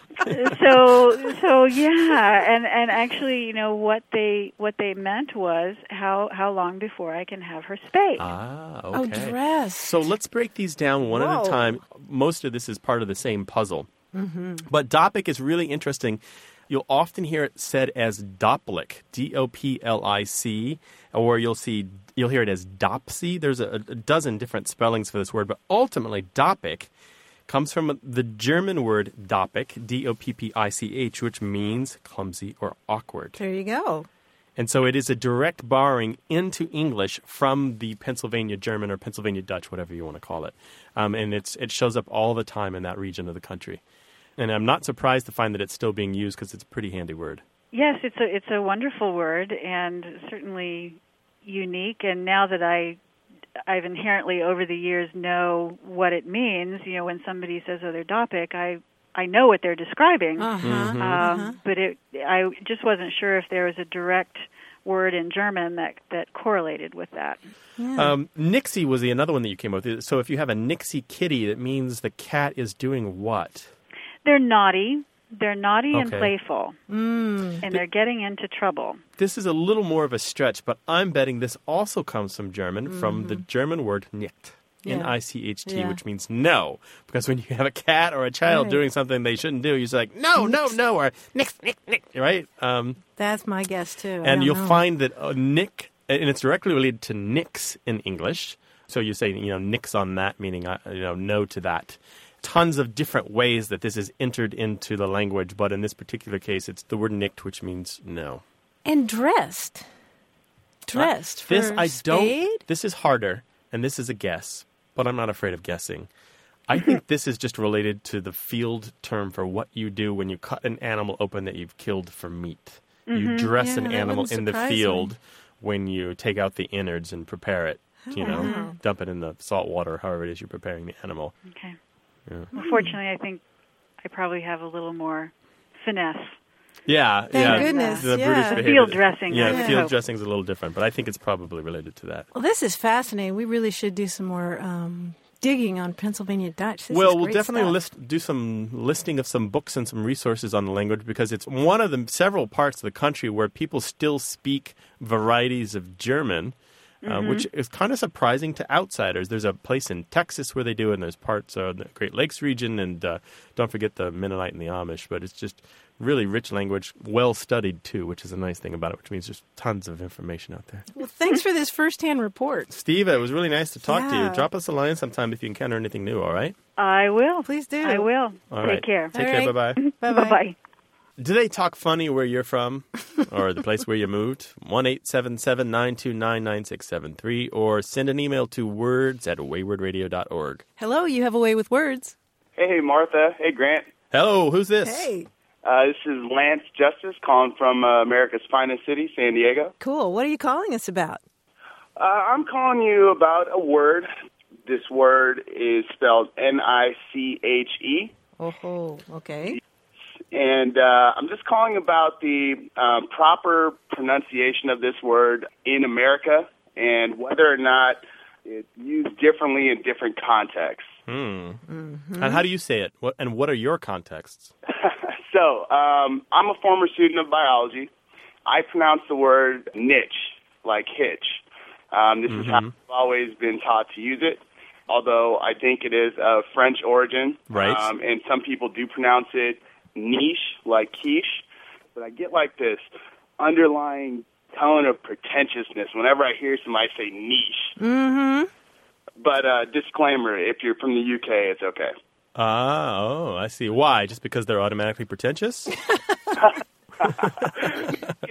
Speaker 8: so so yeah, and and actually, you know what they what they meant was how how long before I can have her spayed.
Speaker 1: ah,
Speaker 2: oh,
Speaker 1: okay.
Speaker 2: dress.
Speaker 1: So let's break these down one at a
Speaker 2: Whoa.
Speaker 1: time. Most of this is part of the same puzzle.
Speaker 2: Mm-hmm.
Speaker 1: But Dopic is really interesting. You'll often hear it said as Doplic, D O P L I C, or you'll see you'll hear it as Dopsy. There's a, a dozen different spellings for this word, but ultimately Dopic comes from the German word Dopic, D O P P I C H, which means clumsy or awkward.
Speaker 2: there you go.
Speaker 1: And so it is a direct borrowing into English from the Pennsylvania German or Pennsylvania Dutch, whatever you want to call it. Um, and it's, it shows up all the time in that region of the country. And I'm not surprised to find that it's still being used because it's a pretty handy word.
Speaker 8: Yes, it's a it's a wonderful word and certainly unique. And now that I I've inherently over the years know what it means. You know, when somebody says "oh, they're dopic," I I know what they're describing.
Speaker 2: Uh-huh,
Speaker 8: Um, But it I just wasn't sure if there was a direct word in German that that correlated with that. Hmm.
Speaker 1: Um, Nixie was the another one that you came up with. So if you have a Nixie kitty, that means the cat is doing what?
Speaker 8: They're naughty. They're naughty and
Speaker 1: Okay.
Speaker 8: playful, mm. and they're getting into trouble.
Speaker 1: This is a little more of a stretch, but I'm betting this also comes from German, from the German word nicht,
Speaker 2: Mm-hmm. Yeah.
Speaker 1: N I C H T,
Speaker 2: Yeah.
Speaker 1: which means no. Because when you have a cat or a child
Speaker 2: Right.
Speaker 1: doing something they shouldn't do, you're just like, no, no, no, or nick, nick, nick, right? Um,
Speaker 2: That's my guess, too. I
Speaker 1: and
Speaker 2: don't
Speaker 1: you'll
Speaker 2: know.
Speaker 1: find that uh, nick, and it's directly related to nicks in English. So you say, you know, nicks on that, meaning, uh, you know, no to that. Tons of different ways that this is entered into the language, but in this particular case, it's the word nicked, which means no.
Speaker 2: And dressed. Dressed. for
Speaker 1: Uh, This I
Speaker 2: spade?
Speaker 1: don't. This is harder, and this is a guess, but I'm not afraid of guessing. I
Speaker 2: [LAUGHS]
Speaker 1: think this is just related to the field term for what you do when you cut an animal open that you've killed for meat. You dress
Speaker 2: Mm-hmm.
Speaker 1: an
Speaker 2: Yeah, that
Speaker 1: animal
Speaker 2: wouldn't
Speaker 1: in the
Speaker 2: surprise me.
Speaker 1: field when you take out the innards and prepare it. You know,
Speaker 2: Oh.
Speaker 1: dump it in the salt water, however it is you're preparing the animal.
Speaker 8: Okay.
Speaker 1: Hmm.
Speaker 8: Well, fortunately, I think I probably have a little more finesse
Speaker 1: Yeah,
Speaker 2: Thank
Speaker 1: yeah.
Speaker 2: goodness,
Speaker 1: The
Speaker 2: yeah.
Speaker 1: British
Speaker 2: The
Speaker 1: behavior-
Speaker 8: field dressing,
Speaker 1: Yeah,
Speaker 8: I
Speaker 1: the
Speaker 8: would
Speaker 1: field
Speaker 8: hope.
Speaker 1: dressing's a little different, but I think it's probably related to that.
Speaker 2: Well, this is fascinating. We really should do some more um, digging on Pennsylvania Dutch. This is
Speaker 1: well, we'll
Speaker 2: great
Speaker 1: definitely
Speaker 2: stuff.
Speaker 1: list do some listing of some books and some resources on the language because it's one of the several parts of the country where people still speak varieties of German. Uh,
Speaker 2: Mm-hmm.
Speaker 1: which is kind of surprising to outsiders. There's a place in Texas where they do, it, and there's parts of the Great Lakes region, and uh, don't forget the Mennonite and the Amish. But it's just really rich language, well studied too, which is a nice thing about it, which means there's tons of information out there.
Speaker 2: Well, thanks for this firsthand report.
Speaker 1: Steve, it was really nice to talk to you.
Speaker 2: Yeah.
Speaker 1: Drop us a line sometime if you encounter anything new, all right?
Speaker 8: I will.
Speaker 2: Please do.
Speaker 8: I will.
Speaker 1: All
Speaker 8: Take
Speaker 1: right.
Speaker 8: care.
Speaker 1: Take
Speaker 2: All
Speaker 1: care.
Speaker 2: right.
Speaker 1: Bye bye.
Speaker 2: Bye
Speaker 8: Bye bye.
Speaker 1: Do they talk funny where you're
Speaker 2: [LAUGHS]
Speaker 1: from or the place where you moved? 1 877 929 9673 or send an email to words at waywardradio.org.
Speaker 2: Hello, you have a way with words.
Speaker 9: Hey, Martha. Hey, Grant.
Speaker 1: Hello, who's this?
Speaker 2: Hey,
Speaker 9: Uh, this is Lance Justice calling from uh, America's finest city, San Diego.
Speaker 2: cool. What are you calling us about?
Speaker 9: Uh, I'm calling you about a word. This word is spelled N I C H E.
Speaker 2: Oh, okay.
Speaker 9: And uh, I'm just calling about the uh, proper pronunciation of this word in America and whether or not it's used differently in different contexts.
Speaker 1: Hmm.
Speaker 2: Mm-hmm.
Speaker 1: And how do you say it? What, and what are your contexts?
Speaker 9: So, um, I'm a former student of biology. I pronounce the word niche, like hitch. Um, this
Speaker 1: Mm-hmm.
Speaker 9: is how I've always been taught to use it, although I think it is of French origin.
Speaker 1: Right.
Speaker 9: Um, and some people do pronounce it niche, like quiche. But I get like this underlying tone of pretentiousness whenever I hear somebody say niche. Mm-hmm. But uh, disclaimer if you're from the UK, it's okay.
Speaker 1: Ah, oh, I see. Why? Just because they're automatically
Speaker 2: [LAUGHS]
Speaker 1: pretentious?
Speaker 9: You can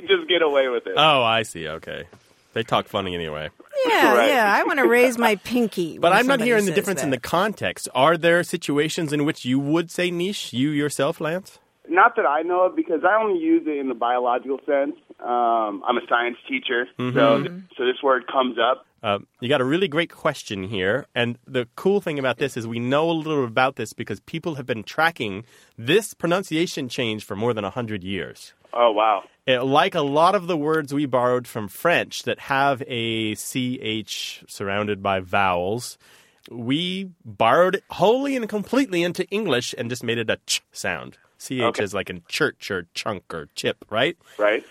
Speaker 9: just get away with it.
Speaker 1: oh, I see. Okay. They talk funny anyway.
Speaker 2: Yeah,
Speaker 9: Right.
Speaker 2: yeah. I want to
Speaker 1: [LAUGHS]
Speaker 2: raise my pinky.
Speaker 1: But
Speaker 2: when
Speaker 1: I'm not
Speaker 2: somebody
Speaker 1: hearing the
Speaker 2: says
Speaker 1: difference in the
Speaker 2: that.
Speaker 1: context. Are there situations in which you would say niche, you yourself, Lance?
Speaker 9: Not that I know of, because I only use it in the biological sense. Um, I'm a science teacher,
Speaker 1: Mm-hmm.
Speaker 9: so so this word comes up.
Speaker 1: Uh, you got a really great question here. And the cool thing about this is we know a little about this because people have been tracking this pronunciation change for more than 100 years.
Speaker 9: Oh wow!
Speaker 1: It, Eh, like a lot of the words we borrowed from French that have a CH surrounded by vowels, we borrowed it wholly and completely into English and just made it a ch sound. CH
Speaker 9: Okay.
Speaker 1: is like in church or chunk or chip, right?
Speaker 9: Right?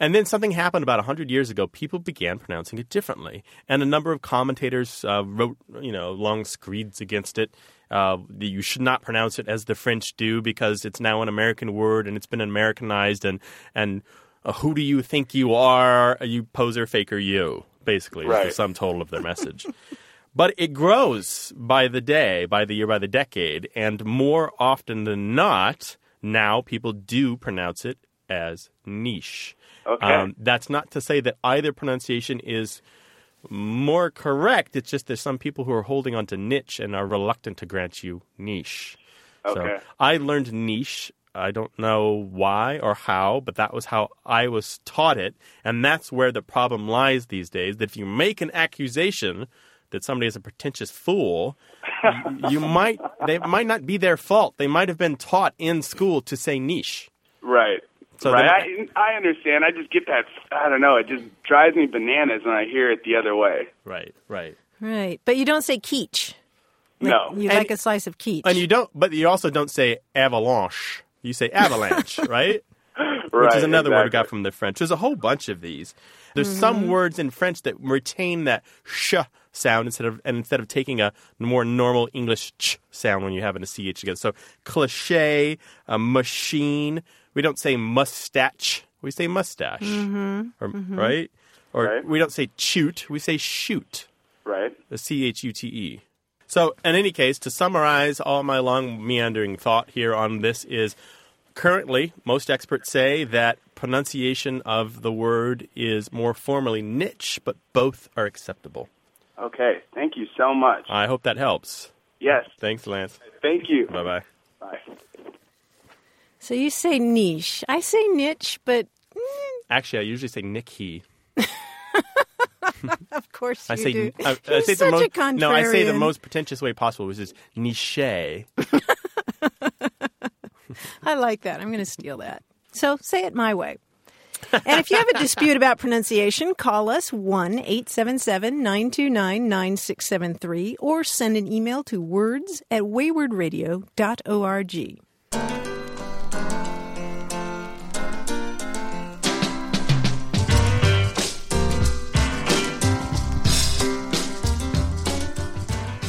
Speaker 1: And then something happened about 100 years ago. People began pronouncing it differently. And a number of commentators uh, wrote, you know, long screeds against it. Uh, that you should not pronounce it as the French do because it's now an American word and it's been Americanized. And, and uh, who do you think you are? You poser, faker, you, basically, is the
Speaker 9: Right.
Speaker 1: sum total of their message. [LAUGHS] But it grows by the day, by the year, by the decade, and more often than not, now people do pronounce it as niche.
Speaker 9: Okay.
Speaker 1: Um, that's not to say that either pronunciation is more correct. It's just there's some people who are holding on to niche and are reluctant to grant you niche.
Speaker 9: Okay.
Speaker 1: So I learned niche. I don't know why or how, but that was how I was taught it. And that's where the problem lies these days that if you make an accusation that somebody is a pretentious fool, y-
Speaker 9: [LAUGHS]
Speaker 1: you might, they it might not be their fault. They might have been taught in school to say niche.
Speaker 9: Right.
Speaker 1: So
Speaker 9: right. I, I understand. I just get that. I don't know. It just drives me bananas when I hear it the other way.
Speaker 1: Right, right.
Speaker 2: right, but you don't say quiche.
Speaker 9: no.
Speaker 2: You
Speaker 1: And-
Speaker 2: like a slice of quiche.
Speaker 1: And you don't, but you also don't say avalanche. You say
Speaker 2: [LAUGHS]
Speaker 1: avalanche, right?
Speaker 9: right.
Speaker 1: which is another word we got
Speaker 9: exactly.
Speaker 1: from the French. There's a whole bunch of these. There's
Speaker 2: Mm-hmm.
Speaker 1: some words in French that retain that sh sound instead of and instead of taking a more normal English ch sound when you have it a ch together. So cliche, a machine. We don't say mustache. We say mustache,
Speaker 2: Mm-hmm.
Speaker 1: or, right? Or
Speaker 9: Right.
Speaker 1: we don't say shoot. We say shoot
Speaker 9: Right.
Speaker 1: the C H U T E. So, in any case, to summarize all my long meandering thought here on this is currently most experts say that pronunciation of the word is more formally niche, but both are acceptable.
Speaker 9: Okay. Thank you so much.
Speaker 1: I hope that helps.
Speaker 9: yes.
Speaker 1: Thanks, Lance.
Speaker 9: Thank you.
Speaker 1: Bye bye.
Speaker 9: Bye.
Speaker 2: so you say niche. I say niche, but
Speaker 1: Actually, I usually say Nicky.
Speaker 2: of course you
Speaker 1: I say
Speaker 2: do.
Speaker 1: I, I
Speaker 2: You're
Speaker 1: say
Speaker 2: such
Speaker 1: the most
Speaker 2: a
Speaker 1: no. I say the
Speaker 2: contrarian.
Speaker 1: most pretentious way possible, which is niche.
Speaker 2: I like that. I'm going to steal that. So say it my way. And if you have a dispute about pronunciation, call us 1 877 929 9673 or send an email to words at waywardradio.org.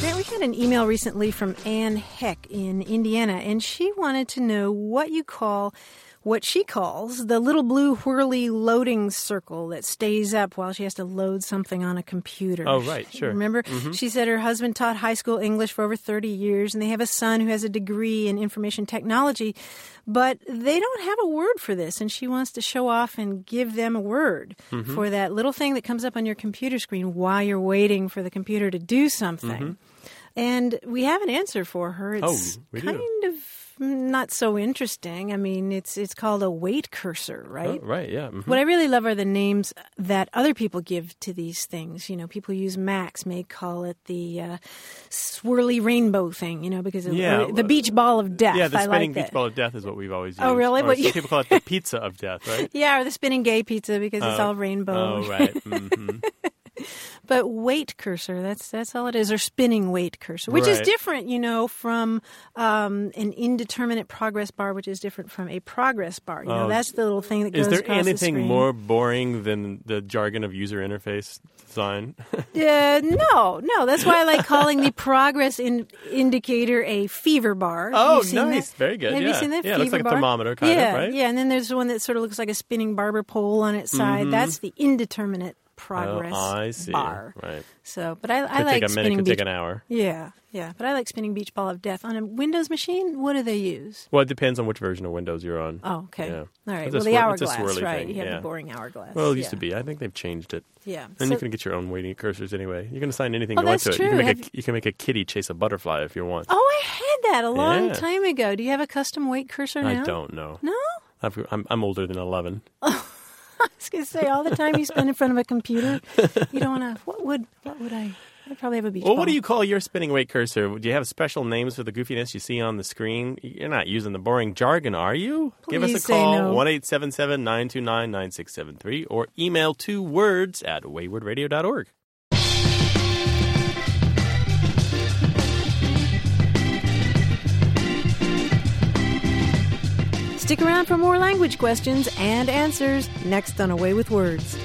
Speaker 2: Grant, we had an email recently from Ann Heck in Indiana, and she wanted to know what you call what she calls the little blue whirly loading circle that stays up while she has to load something on a computer.
Speaker 1: Oh, right, sure. Mm-hmm.
Speaker 2: Remember, she said her husband taught high school English for over 30 years, and they have a son who has a degree in information technology, but they don't have a word for this, and she wants to show off and give them a word
Speaker 1: Mm-hmm.
Speaker 2: for that little thing that comes up on your computer screen while you're waiting for the computer to do something. And we have an answer for her. It's
Speaker 1: Mm-hmm. Oh, we do.
Speaker 2: kind of not so interesting. I mean, it's it's called a weight cursor, right?
Speaker 1: Oh, right, yeah. mhm.
Speaker 2: What I really love are the names that other people give to these things. You know, people who use Max may call it the uh, swirly rainbow thing. You know, because of,
Speaker 1: Yeah,
Speaker 2: or the beach ball of death.
Speaker 1: Yeah, the
Speaker 2: I
Speaker 1: spinning
Speaker 2: like
Speaker 1: beach
Speaker 2: that.
Speaker 1: ball of death is what we've always used.
Speaker 2: Oh, really?
Speaker 1: Or
Speaker 2: What
Speaker 1: some
Speaker 2: you-
Speaker 1: people call
Speaker 2: [LAUGHS]
Speaker 1: it the pizza of death, right?
Speaker 2: Yeah, or the spinning gay pizza because it's all rainbow. [LAUGHS]
Speaker 1: Oh, right. mhm.
Speaker 2: But weight cursor, that's that's all it is, or spinning weight cursor, which is
Speaker 1: Right.
Speaker 2: different, you know, from um, an indeterminate progress bar, which is different from a progress bar. You know,
Speaker 1: Oh.
Speaker 2: that's the little thing that goes
Speaker 1: Is there
Speaker 2: across the
Speaker 1: anything
Speaker 2: screen.
Speaker 1: more boring than the jargon of user interface design? [LAUGHS]
Speaker 2: Uh, no, no. That's why I like calling the progress in- indicator a fever bar. Have
Speaker 1: Oh,
Speaker 2: you seen
Speaker 1: nice.
Speaker 2: that?
Speaker 1: Very good,
Speaker 2: Have you
Speaker 1: yeah.
Speaker 2: seen that?
Speaker 1: Yeah, it
Speaker 2: fever
Speaker 1: looks like a
Speaker 2: bar?
Speaker 1: thermometer kind of,
Speaker 2: yeah,
Speaker 1: right?
Speaker 2: Yeah, and then there's one that sort of looks like a spinning barber pole on its side. That's the indeterminate progress
Speaker 1: Mm-hmm. oh, I see.
Speaker 2: bar.
Speaker 1: Right.
Speaker 2: So, but I, I
Speaker 1: Could
Speaker 2: like
Speaker 1: take a minute,
Speaker 2: spinning
Speaker 1: could
Speaker 2: beach.
Speaker 1: take an hour.
Speaker 2: Yeah, yeah. But I like spinning beach ball of death on a Windows machine. What do they use?
Speaker 1: Well, it depends on which version of Windows you're on.
Speaker 2: Oh, okay.
Speaker 1: Yeah.
Speaker 2: All right.
Speaker 1: It's a
Speaker 2: Well, the
Speaker 1: swir- it's a
Speaker 2: hourglass,
Speaker 1: swirly
Speaker 2: right?
Speaker 1: thing,
Speaker 2: You have
Speaker 1: yeah.
Speaker 2: the boring hourglass.
Speaker 1: Well, it used
Speaker 2: yeah.
Speaker 1: to be. I think they've changed it.
Speaker 2: Yeah.
Speaker 1: And
Speaker 2: So-
Speaker 1: you can get your own weighting cursors anyway. You can assign anything
Speaker 2: Oh,
Speaker 1: you want
Speaker 2: that's
Speaker 1: to it. You
Speaker 2: true.
Speaker 1: can, make
Speaker 2: Have-
Speaker 1: a, you can make a kitty chase a butterfly if you want.
Speaker 2: Oh, I had that a long
Speaker 1: Yeah.
Speaker 2: time ago. Do you have a custom weight cursor now?
Speaker 1: I don't know.
Speaker 2: No?
Speaker 1: I've, I'm, I'm older than 11.
Speaker 2: [LAUGHS] I was going to say all the time you spend in front of a computer, you don't want to. What would? What would I? I probably have a beach
Speaker 1: Well,
Speaker 2: ball.
Speaker 1: what do you call your spinning weight cursor? Do you have special names for the goofiness you see on the screen? You're not using the boring jargon, are you? Give us
Speaker 2: Please
Speaker 1: a
Speaker 2: say no.
Speaker 1: call, one eight seven seven nine two nine nine six seven three, or email two words at waywardradio.org.
Speaker 2: Stick around for more language questions and answers next on Away with Words.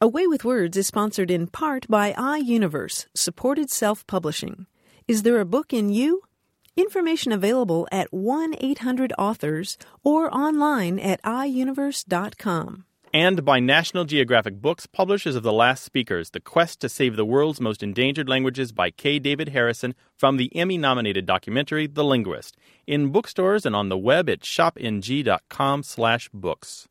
Speaker 2: Away with Words is sponsored in part by iUniverse, supported self publishing. Is there a book in you? Information available at 1 800 authors or online at iUniverse.com.
Speaker 1: and by National Geographic Books, publishers of The Last Speakers, The Quest to Save the World's Most Endangered Languages by K. David Harrison from the Emmy nominated documentary The Linguist. In bookstores and on the web at shopng.com slash books.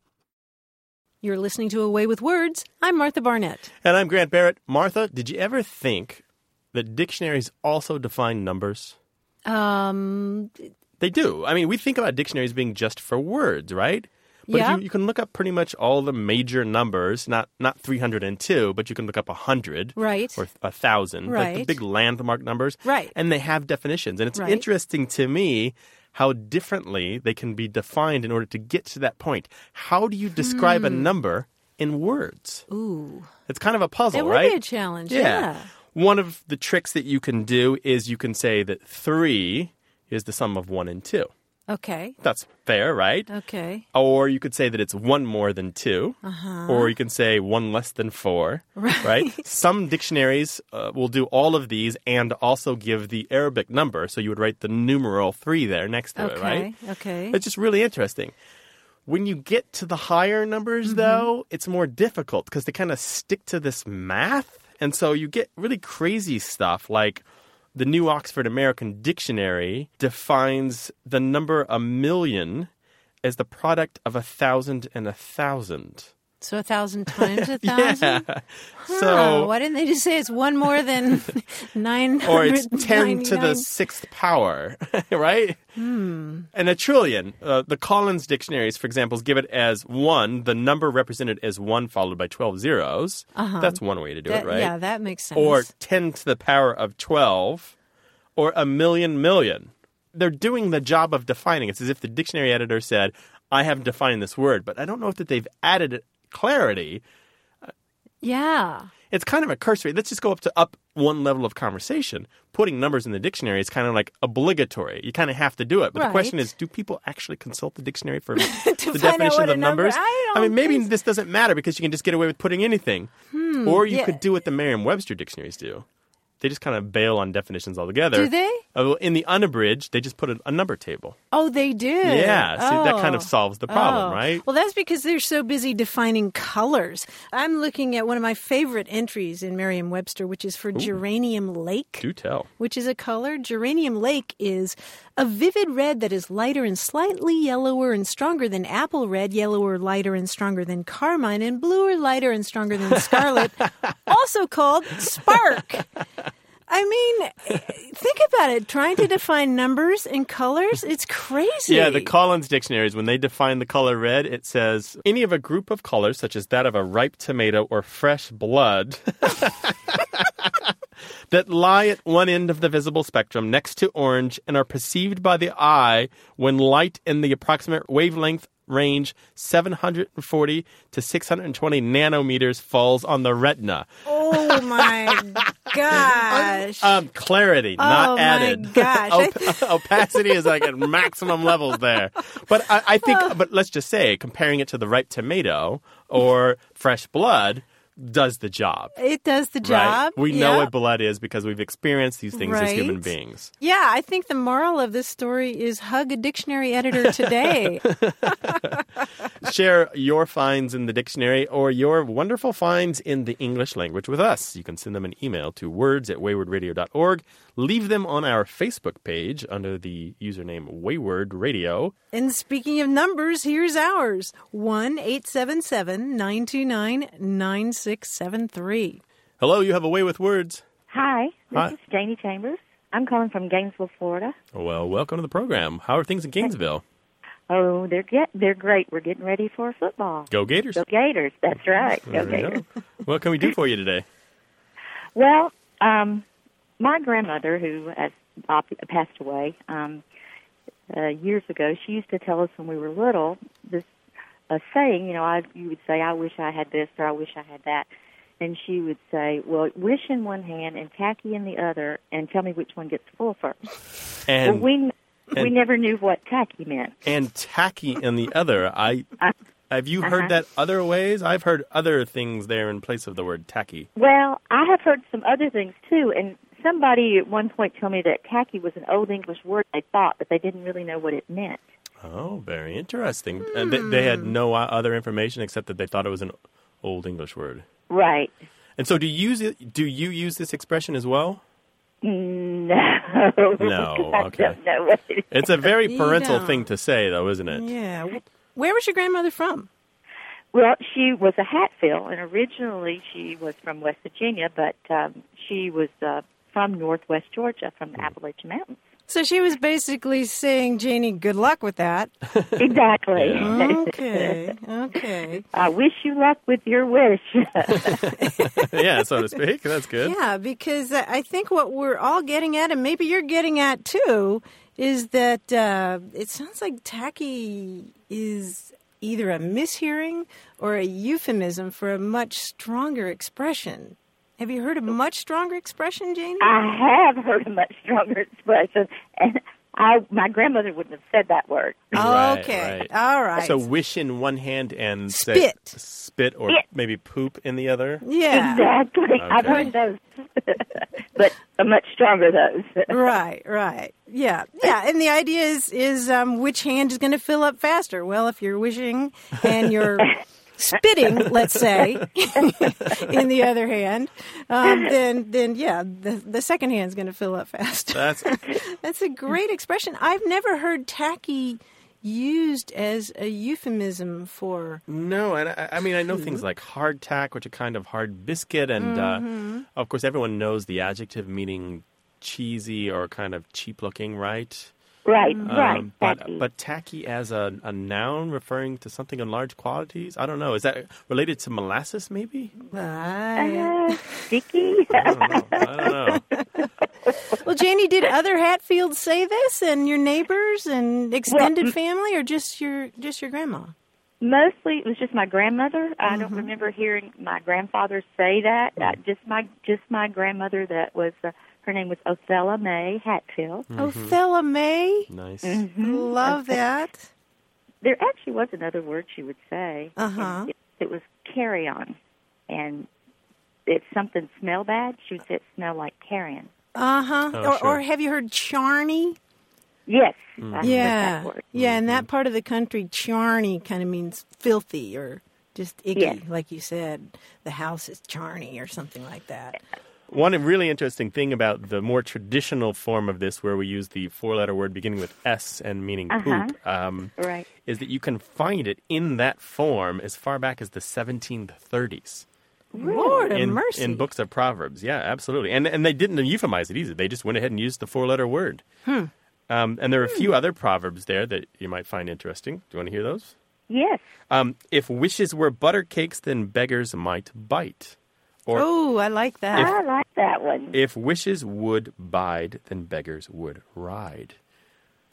Speaker 2: You're listening to Away with Words. I'm Martha Barnett.
Speaker 1: And I'm Grant Barrett. Martha, did you ever think that dictionaries also define numbers?
Speaker 2: Um,
Speaker 1: They do. I mean, we think about dictionaries being just for words, right? But
Speaker 2: Yeah.
Speaker 1: you, you can look up pretty much all the major numbers, not not 302, but you can look up 100.
Speaker 2: right.
Speaker 1: or a thousand, like the
Speaker 2: Right.
Speaker 1: big landmark numbers,
Speaker 2: Right.
Speaker 1: And they have definitions, and it's
Speaker 2: Right.
Speaker 1: interesting to me how differently they can be defined in order to get to that point. How do you describe a
Speaker 2: Hmm.
Speaker 1: number in words?
Speaker 2: Ooh,
Speaker 1: It's kind of a puzzle,
Speaker 2: that would
Speaker 1: right?
Speaker 2: be a challenge.
Speaker 1: Yeah.
Speaker 2: Yeah.
Speaker 1: One of the tricks that you can do is you can say that three is the sum of one and two.
Speaker 2: Okay.
Speaker 1: That's fair, right?
Speaker 2: Okay.
Speaker 1: Or you could say that it's one more than 2
Speaker 2: Uh-huh.
Speaker 1: or you can say one less than four, right?
Speaker 2: [LAUGHS]
Speaker 1: Some dictionaries uh, will do all of these and also give the Arabic number, so you would write the numeral three there next to it,
Speaker 2: Okay.
Speaker 1: right?
Speaker 2: Okay.
Speaker 1: It's just really interesting. When you get to the higher numbers, though, it's more difficult because they kind of stick to this math. And so you get really crazy stuff like the New Oxford American Dictionary defines the number a million as the product of a thousand and a thousand.
Speaker 2: So
Speaker 1: [LAUGHS]
Speaker 2: a thousand times a thousand.
Speaker 1: Yeah.
Speaker 2: Mm-hmm.
Speaker 1: [LAUGHS]
Speaker 2: Huh,
Speaker 1: So,
Speaker 2: why didn't they just say it's one
Speaker 1: [LAUGHS]
Speaker 2: more than nine?
Speaker 1: or it's 10 to the sixth power, [LAUGHS] right?
Speaker 2: Hmm.
Speaker 1: And a trillion. Uh, the Collins dictionaries, for example, give it as one, the number represented as one followed by 12 zeros. That's one way to do it, right?
Speaker 2: Yeah, Uh-huh. that makes sense.
Speaker 1: or 10 to the power of 12 or a million million. They're doing the job of defining. It's as if the dictionary editor said, I have defined this word, but I don't know if that they've added clarity.
Speaker 2: yeah.
Speaker 1: it's kind of a cursory. Let's just go up to up one level of conversation. Putting numbers in the dictionary is kind of like obligatory. You kind of have to do it. But the question
Speaker 2: Right.
Speaker 1: is, do people actually consult the dictionary
Speaker 2: [LAUGHS]
Speaker 1: for the
Speaker 2: find out
Speaker 1: definition
Speaker 2: what a
Speaker 1: of
Speaker 2: number-
Speaker 1: numbers?
Speaker 2: I
Speaker 1: mean,
Speaker 2: don't
Speaker 1: maybe
Speaker 2: think so.
Speaker 1: this doesn't matter because you can just get away with putting anything. or you
Speaker 2: Hmm, yeah.
Speaker 1: could do what the Merriam-Webster dictionaries do. They just kind of bail on definitions altogether.
Speaker 2: Do they?
Speaker 1: Uh, well, In the unabridged, they just put a, a number table.
Speaker 2: Oh, they do.
Speaker 1: Yeah, see, that kind of
Speaker 2: Oh.
Speaker 1: solves the problem,
Speaker 2: Oh.
Speaker 1: right?
Speaker 2: Well, that's because they're so busy defining colors. I'm looking at one of my favorite entries in Merriam Webster, which is for geranium lake.
Speaker 1: Do tell.
Speaker 2: Which is a color. Geranium lake is a vivid red that is lighter and slightly yellower and stronger than apple red, yellower, lighter, and stronger than carmine, and bluer, lighter, and stronger
Speaker 1: [LAUGHS]
Speaker 2: than scarlet, also called spark. I mean, think about it. Trying to define numbers and colors, it's crazy.
Speaker 1: Yeah, the Collins dictionaries, when they define the color red, it says any of a group of colors, such as that of a ripe tomato or fresh blood, [LAUGHS] that lie at one end of the visible spectrum next to orange and are perceived by the eye when light in the approximate wavelength range 740 to 620 nanometers falls on the retina. [LAUGHS]
Speaker 2: Oh my gosh.
Speaker 1: Um, clarity, not
Speaker 2: Oh, my
Speaker 1: added. [LAUGHS]
Speaker 2: gosh. I
Speaker 1: Op- opacity is like at maximum levels there. But I, I think,
Speaker 2: [LAUGHS]
Speaker 1: but let's just say, comparing it to the ripe tomato or fresh blood does the job.
Speaker 2: it does the
Speaker 1: Right?
Speaker 2: job.
Speaker 1: We know
Speaker 2: yeah.
Speaker 1: what blood is because we've experienced these things as human
Speaker 2: Right.
Speaker 1: beings.
Speaker 2: Yeah, I think the moral of this story is hug a dictionary
Speaker 1: [LAUGHS]
Speaker 2: editor today.
Speaker 1: Share your finds in the dictionary or your wonderful finds in the English language with us. You can send them an email to words at waywardradio.org. Leave them on our Facebook page under the username Wayward Radio.
Speaker 2: and speaking of numbers, here's ours 1 877 929 9673.
Speaker 1: Hello, you have a way with words.
Speaker 10: Hi, this
Speaker 1: Hi.
Speaker 10: is Janie Chambers. I'm calling from Gainesville, Florida.
Speaker 1: Well, welcome to the program. How are things in Gainesville?
Speaker 10: Oh, they're get they're great. We're getting ready for football.
Speaker 1: Go Gators.
Speaker 10: Go Gators! That's right. Go
Speaker 1: There we
Speaker 10: Gators.
Speaker 1: go. What can we do for you today?
Speaker 10: Well, um, my grandmother, who has op- passed away um, uh, years ago, she used to tell us when we were little this a saying. You know, I you would say, "I wish I had this" or "I wish I had that," and she would say, "Well, wish in one hand and tacky in the other, and tell me which one gets full first.
Speaker 1: And
Speaker 10: well, we we
Speaker 1: and-
Speaker 10: never knew what tacky meant.
Speaker 1: and tacky in the other. I have you heard
Speaker 10: Uh-huh.
Speaker 1: that other ways? I've heard other things there in place of the word tacky.
Speaker 10: Well, I have heard some other things too, and somebody at one point told me that tacky was an old English word they thought, but they didn't really know what it meant.
Speaker 1: Oh, very interesting. And they, they had no o- other information except that they thought it was an old English word.
Speaker 10: Right. [LAUGHS]
Speaker 1: And so, do you use it, do you use this expression as well?
Speaker 10: [LAUGHS] No.
Speaker 1: No,
Speaker 10: I
Speaker 1: okay.
Speaker 10: don't know what it is.
Speaker 1: It's a very
Speaker 2: You
Speaker 1: parental
Speaker 2: don't.
Speaker 1: thing to say, though, isn't it?
Speaker 2: Yeah. Where was your grandmother from?
Speaker 10: Well, she was a Hatfield, and originally she was from West Virginia, but um, she was uh, from Northwest Georgia, from the Appalachian Mountains.
Speaker 2: [LAUGHS] So she was basically saying, Janie, good luck with that.
Speaker 10: Exactly.
Speaker 2: [LAUGHS]
Speaker 10: [LAUGHS]
Speaker 2: Okay. Okay.
Speaker 10: I wish you luck with your wish.
Speaker 1: [LAUGHS] yeah, so to speak. That's good.
Speaker 2: Yeah, because I I think what we're all getting at, and maybe you're getting at too, is that uh, it sounds like tacky is either a mishearing or a euphemism for a much stronger expression. Have you heard a much stronger expression, Janie?
Speaker 10: I have heard a much stronger expression, uh, and I my grandmother wouldn't have said that word.
Speaker 1: [LAUGHS] Right,
Speaker 2: okay.
Speaker 1: right.
Speaker 2: All right.
Speaker 1: So wish in one hand and say-
Speaker 2: Spit.
Speaker 1: spit or
Speaker 10: Spit.
Speaker 1: maybe poop in the other.
Speaker 2: yeah.
Speaker 10: Exactly, I've heard those, [LAUGHS] but a much stronger those. [LAUGHS]
Speaker 2: right, right. Yeah, yeah. And the idea is is um, which hand is going to fill up faster? Well, if you're wishing and
Speaker 10: [LAUGHS]
Speaker 2: you're spitting, let's say, [LAUGHS]
Speaker 10: [LAUGHS]
Speaker 2: in the other hand, um, then then yeah, the, the second hand is going to fill up
Speaker 1: [LAUGHS]
Speaker 2: faster.
Speaker 1: That's
Speaker 2: [LAUGHS] That's a great expression. I've never heard tacky used as a euphemism for
Speaker 1: no, and I, I mean I know
Speaker 2: Hmm.
Speaker 1: things like hardtack, which are kind of hard biscuit, and
Speaker 2: Mm-hmm.
Speaker 1: uh, of course everyone knows the adjective meaning cheesy or kind of cheap looking, right?
Speaker 10: Right,
Speaker 2: Mm-hmm.
Speaker 10: right.
Speaker 1: Um, but
Speaker 10: Becky.
Speaker 1: but tacky as a, a noun referring to something in large quantities. I don't know. Is that related to molasses? Maybe.
Speaker 2: Right.
Speaker 10: Uh,
Speaker 2: [LAUGHS]
Speaker 10: sticky. [LAUGHS]
Speaker 1: I don't know. I don't know.
Speaker 2: Well, Janie, did other Hatfields say this, and your neighbors and extended family, or just your just your grandma?
Speaker 10: mostly it was just my grandmother. I
Speaker 2: Mm-hmm.
Speaker 10: don't remember hearing my grandfather say that. Uh, just my just my grandmother. That was uh, her name was Othella May Hatfield. Mm-hmm.
Speaker 2: Othella May.
Speaker 1: Nice.
Speaker 2: Love that.
Speaker 10: There actually was another word she would say.
Speaker 2: Uh-huh.
Speaker 10: And It, it was carry on, and if something smelled bad, she would say it smelled like carrion.
Speaker 2: Uh huh.
Speaker 1: Oh,
Speaker 2: or,
Speaker 1: sure. Mm.
Speaker 2: or have you heard charney?
Speaker 10: Yes. I heard
Speaker 2: Yeah.
Speaker 10: That word. Mm-hmm.
Speaker 2: Yeah, in that part of the country, charney kind of means filthy or just icky,
Speaker 10: Yeah.
Speaker 2: like you said. The house is charney or something like
Speaker 10: Uh,
Speaker 2: that.
Speaker 1: One really interesting thing about the more traditional form of this, where we use the four letter word beginning with S and meaning
Speaker 2: Uh-huh.
Speaker 1: poop, um,
Speaker 10: Right.
Speaker 1: is that you can find it in that form as far back as the 1730s.
Speaker 2: Lord of
Speaker 1: in,
Speaker 2: mercy.
Speaker 1: in books of Proverbs. Yeah, absolutely. And and they didn't euphemize it either. They just went ahead and used the four letter word.
Speaker 2: Hmm.
Speaker 1: Um, and there are a few other proverbs there that you might find interesting. Do you want to hear those?
Speaker 10: Yes.
Speaker 1: Um, if wishes were butter cakes, then beggars might bite. Or
Speaker 2: oh, I like that.
Speaker 10: I like that one.
Speaker 1: if wishes would bide, then beggars would ride.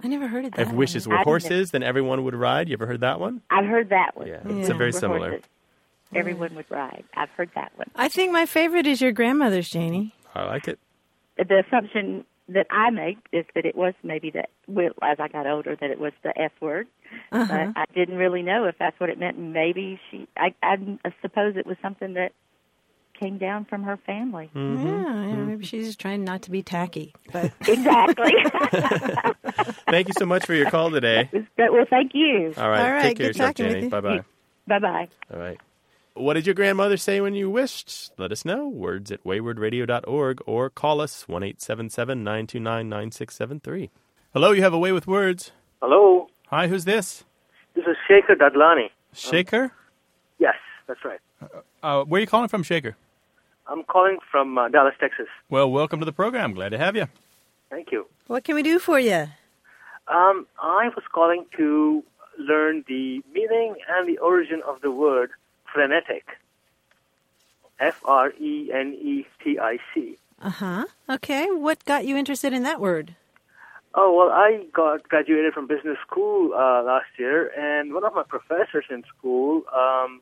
Speaker 2: I never heard of that.
Speaker 1: If wishes
Speaker 10: I
Speaker 1: were
Speaker 10: didn't-
Speaker 1: horses, then everyone would ride. You ever heard that one?
Speaker 10: I've heard that one.
Speaker 1: Yeah,
Speaker 2: Yeah.
Speaker 1: it's a very
Speaker 10: We're
Speaker 1: similar.
Speaker 10: horses. Everyone would ride. I've heard that one.
Speaker 2: I think my favorite is your grandmother's, Janie.
Speaker 1: I like it.
Speaker 10: The assumption that I make is that it was maybe the well, as I got older that it was the F word.
Speaker 2: Uh-huh.
Speaker 10: But I didn't really know if that's what it meant. Maybe she. I, I suppose it was something that came down from her family.
Speaker 1: Mm-hmm.
Speaker 2: Yeah, yeah, maybe she's just trying not to be tacky. But
Speaker 10: [LAUGHS]
Speaker 2: [LAUGHS]
Speaker 10: Exactly.
Speaker 1: Thank you so much for your
Speaker 10: [LAUGHS]
Speaker 1: call today.
Speaker 10: well, thank you.
Speaker 1: All right,
Speaker 2: All right,
Speaker 1: take care
Speaker 2: good
Speaker 1: of yourself,
Speaker 2: talking with
Speaker 1: Jenny.
Speaker 2: you.
Speaker 1: Bye bye.
Speaker 10: Bye bye.
Speaker 1: All right. What did your grandmother say when you wished? Let us know. Words at waywardradio.org or call us 1 877 929 9673. Hello, you have a way with words.
Speaker 11: Hello,
Speaker 1: Hi, who's this?
Speaker 11: this is Shaker Dadlani.
Speaker 1: Shaker?
Speaker 11: Yes, that's right.
Speaker 1: Uh, where are you calling from, Shaker?
Speaker 11: I'm calling from uh, Dallas, Texas.
Speaker 1: Well, welcome to the program. Glad to have you.
Speaker 11: Thank you.
Speaker 2: what can we do for you?
Speaker 11: Um, I was calling to learn the meaning and the origin of the word frenetic. F R E N E T I C.
Speaker 2: Uh huh. Okay. What got you interested in that word?
Speaker 11: Oh well, I got graduated from business school uh, last year, and one of my professors in school um,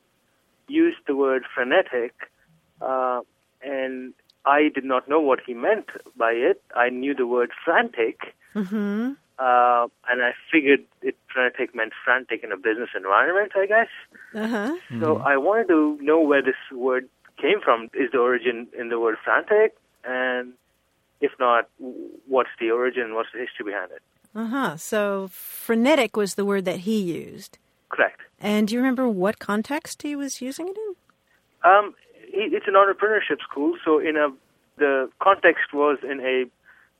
Speaker 11: used the word frenetic, uh, and I did not know what he meant by it. I knew the word frantic,
Speaker 2: Mm-hmm.
Speaker 11: uh, and I figured it frenetic meant frantic in a business environment, I guess.
Speaker 2: Uh huh.
Speaker 11: So I wanted to know where this word came from. Is the origin in the word frantic, and if not, w- what's the origin? What's the history behind it?
Speaker 2: Uh huh. So frenetic was the word that he used.
Speaker 11: Correct.
Speaker 2: And do you remember what context he was using it in?
Speaker 11: Um, it- it's an entrepreneurship school, so in a the context was in a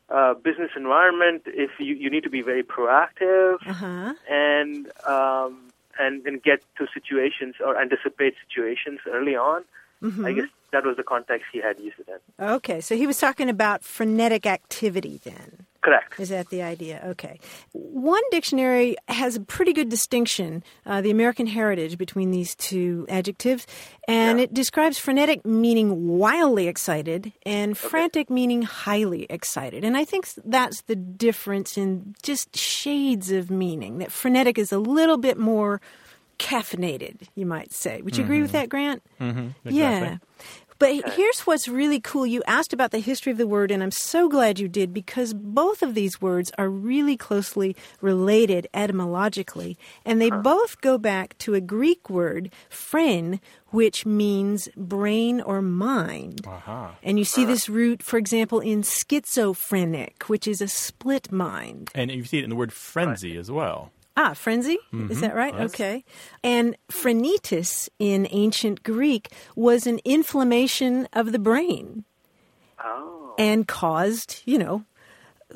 Speaker 11: uh, business environment. If you, you need to be very proactive
Speaker 2: Uh-huh.
Speaker 11: and um, and and get to situations or anticipate situations early on,
Speaker 2: Mm-hmm.
Speaker 11: I guess that was the context he had used it in.
Speaker 2: Okay, so he was talking about frenetic activity then.
Speaker 11: Correct.
Speaker 2: Is that the idea? Okay. One dictionary has a pretty good distinction, uh, the American heritage, between these two adjectives, and it describes frenetic meaning wildly excited and frantic meaning highly excited. And I think that's the difference in just shades of meaning, that frenetic is a little bit more caffeinated, you might say. Would you agree
Speaker 1: Mm-hmm.
Speaker 8: Mm-hmm.
Speaker 2: with that, Grant? Yeah. But he- here's what's really cool. You asked about the history of the word, and I'm so glad you did because both of these words are really closely related etymologically, and they both go back to a Greek word, phren, which means brain or mind. And you see this root, for example, in schizophrenic, which is a split mind.
Speaker 1: And you see it in the word frenzy as well.
Speaker 2: Ah, frenzy? Is that right? Okay. And phrenitis in ancient Greek was an inflammation of the brain and caused, you know,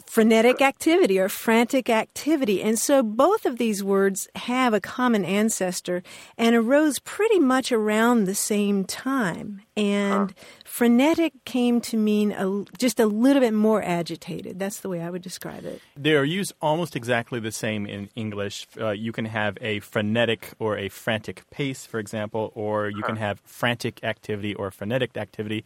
Speaker 2: frenetic activity or frantic activity. And so both of these words have a common ancestor and arose pretty much around the same time. And frenetic came to mean a, just a little bit more agitated. That's the way I would describe it.
Speaker 1: They are used almost exactly the same in English. Uh, you can have a frenetic or a frantic pace, for example, or you can have frantic activity or frenetic activity.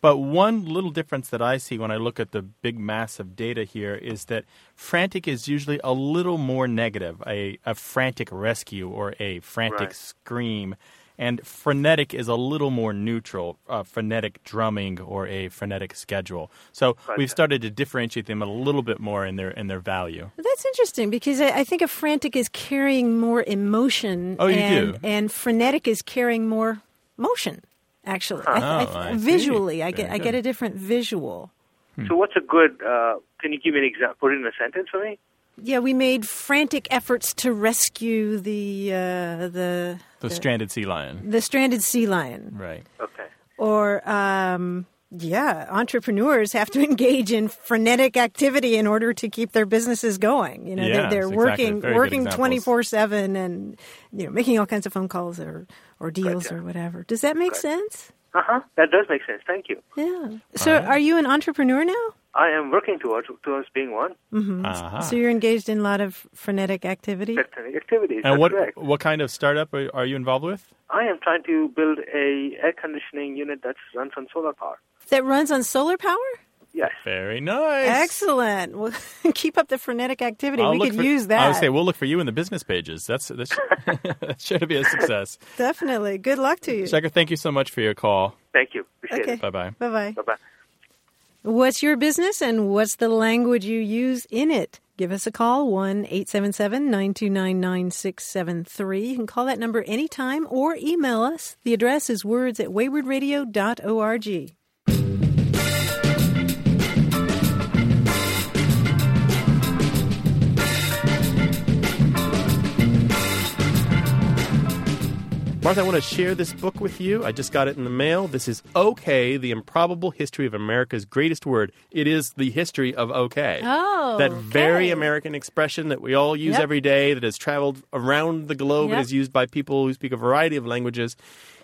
Speaker 8: But one little difference that I see when I look at the big mass of data here is that frantic is usually a little more negative, a, a frantic rescue or a frantic
Speaker 7: Right.
Speaker 8: scream. And frenetic is a little more neutral, a frenetic drumming or a frenetic schedule. So we've started to differentiate them a little bit more in their in their value.
Speaker 2: That's interesting because I, I think a frantic is carrying more emotion.
Speaker 8: Oh, you
Speaker 2: and,
Speaker 8: do?
Speaker 2: And frenetic is carrying more motion. Actually, I, I,
Speaker 8: Oh, I see.
Speaker 2: visually, I get
Speaker 8: Very
Speaker 2: I get
Speaker 8: good.
Speaker 2: a different visual. Hmm.
Speaker 11: So what's a good? Uh, can you give me an example? Put it in a sentence for me.
Speaker 2: Yeah, we made frantic efforts to rescue the uh, the
Speaker 8: The stranded sea lion.
Speaker 2: the stranded sea lion,
Speaker 8: Right.
Speaker 11: Okay.
Speaker 2: or um, yeah, entrepreneurs have to [LAUGHS] engage in frenetic activity in order to keep their businesses going. You know,
Speaker 8: Yes,
Speaker 2: they're, they're
Speaker 8: exactly.
Speaker 2: working
Speaker 8: Very good
Speaker 2: working
Speaker 8: examples.
Speaker 2: twenty four seven and you know making all kinds of phone calls or or deals or whatever. Does that make sense?
Speaker 11: Uh huh. That does make sense. Thank you.
Speaker 2: Yeah. So, are you an entrepreneur now?
Speaker 11: I am working towards towards being one.
Speaker 8: Uh-huh.
Speaker 2: Mm-hmm. So you're engaged in a lot of frenetic activity.
Speaker 11: Electronic activities.
Speaker 8: and
Speaker 11: that's
Speaker 8: what
Speaker 11: correct.
Speaker 8: what kind of startup are, are you involved with?
Speaker 11: I am trying to build a air conditioning unit that runs on solar power.
Speaker 2: That runs on solar power.
Speaker 11: Yes.
Speaker 8: Very nice.
Speaker 2: Excellent. Well, [LAUGHS] keep up the frenetic activity.
Speaker 8: I'll
Speaker 2: we
Speaker 8: look
Speaker 2: could
Speaker 8: for-
Speaker 2: use that.
Speaker 8: I would say we'll look for you in the business pages. That's that's [LAUGHS] that's sure to be
Speaker 2: [LAUGHS]
Speaker 8: a success.
Speaker 2: Definitely. Good luck to you.
Speaker 8: Checker, thank you so much for your call.
Speaker 11: Thank you. Appreciate
Speaker 2: Okay.
Speaker 11: it.
Speaker 8: Bye bye.
Speaker 2: Bye bye.
Speaker 11: Bye bye.
Speaker 2: What's your business and what's the language you use in it? Give us a call, 1 877 929 9673. You can call that number anytime or email us. The address is words at waywardradio.org.
Speaker 1: Martha, I want to share this book with you. I just got it in the mail. This is OK, The Improbable History of America's Greatest Word. It is the history of OK.
Speaker 2: Oh,
Speaker 1: That very
Speaker 2: okay.
Speaker 1: American expression that we all use
Speaker 2: Yep.
Speaker 1: every day, that has traveled around the globe and
Speaker 2: Yep.
Speaker 1: is used by people who speak a variety of languages.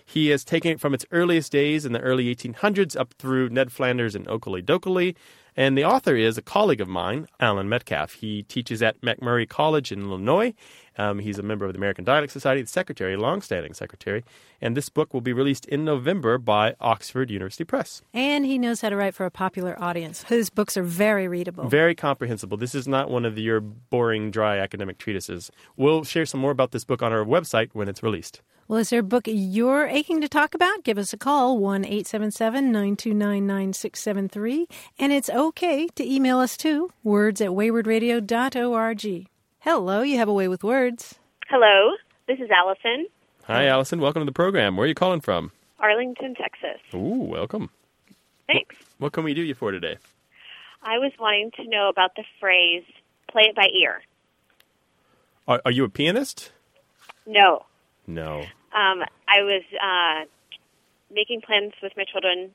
Speaker 1: He has taken it from its earliest days in the early 1800s up through Ned Flanders and Oakley Dokley. And the author is a colleague of mine, Alan Metcalf. He teaches at McMurray College in Illinois. Um, he's a member of the American Dialect Society, the secretary, longstanding secretary. And this book will be released in November by Oxford University Press.
Speaker 2: And he knows how to write for a popular audience. His books are very readable.
Speaker 1: Very comprehensible. This is not one of the, your boring, dry academic treatises. We'll share some more about this book on our website when it's released.
Speaker 2: Well, is there a book you're aching to talk about? Give us a call, 1 877 929 9673. And it's okay to email us too, words at waywardradio.org. Hello, you have a way with words.
Speaker 6: Hello, this is Allison,
Speaker 1: Hi, Allison. Welcome to the program. Where are you calling from?
Speaker 6: Arlington, Texas.
Speaker 1: Ooh, welcome.
Speaker 6: Thanks.
Speaker 1: What can we do you for today?
Speaker 6: I was wanting to know about the phrase play it by ear.
Speaker 1: Are, are you a pianist?
Speaker 6: No.
Speaker 1: No.
Speaker 6: Um, I was uh, making plans with my children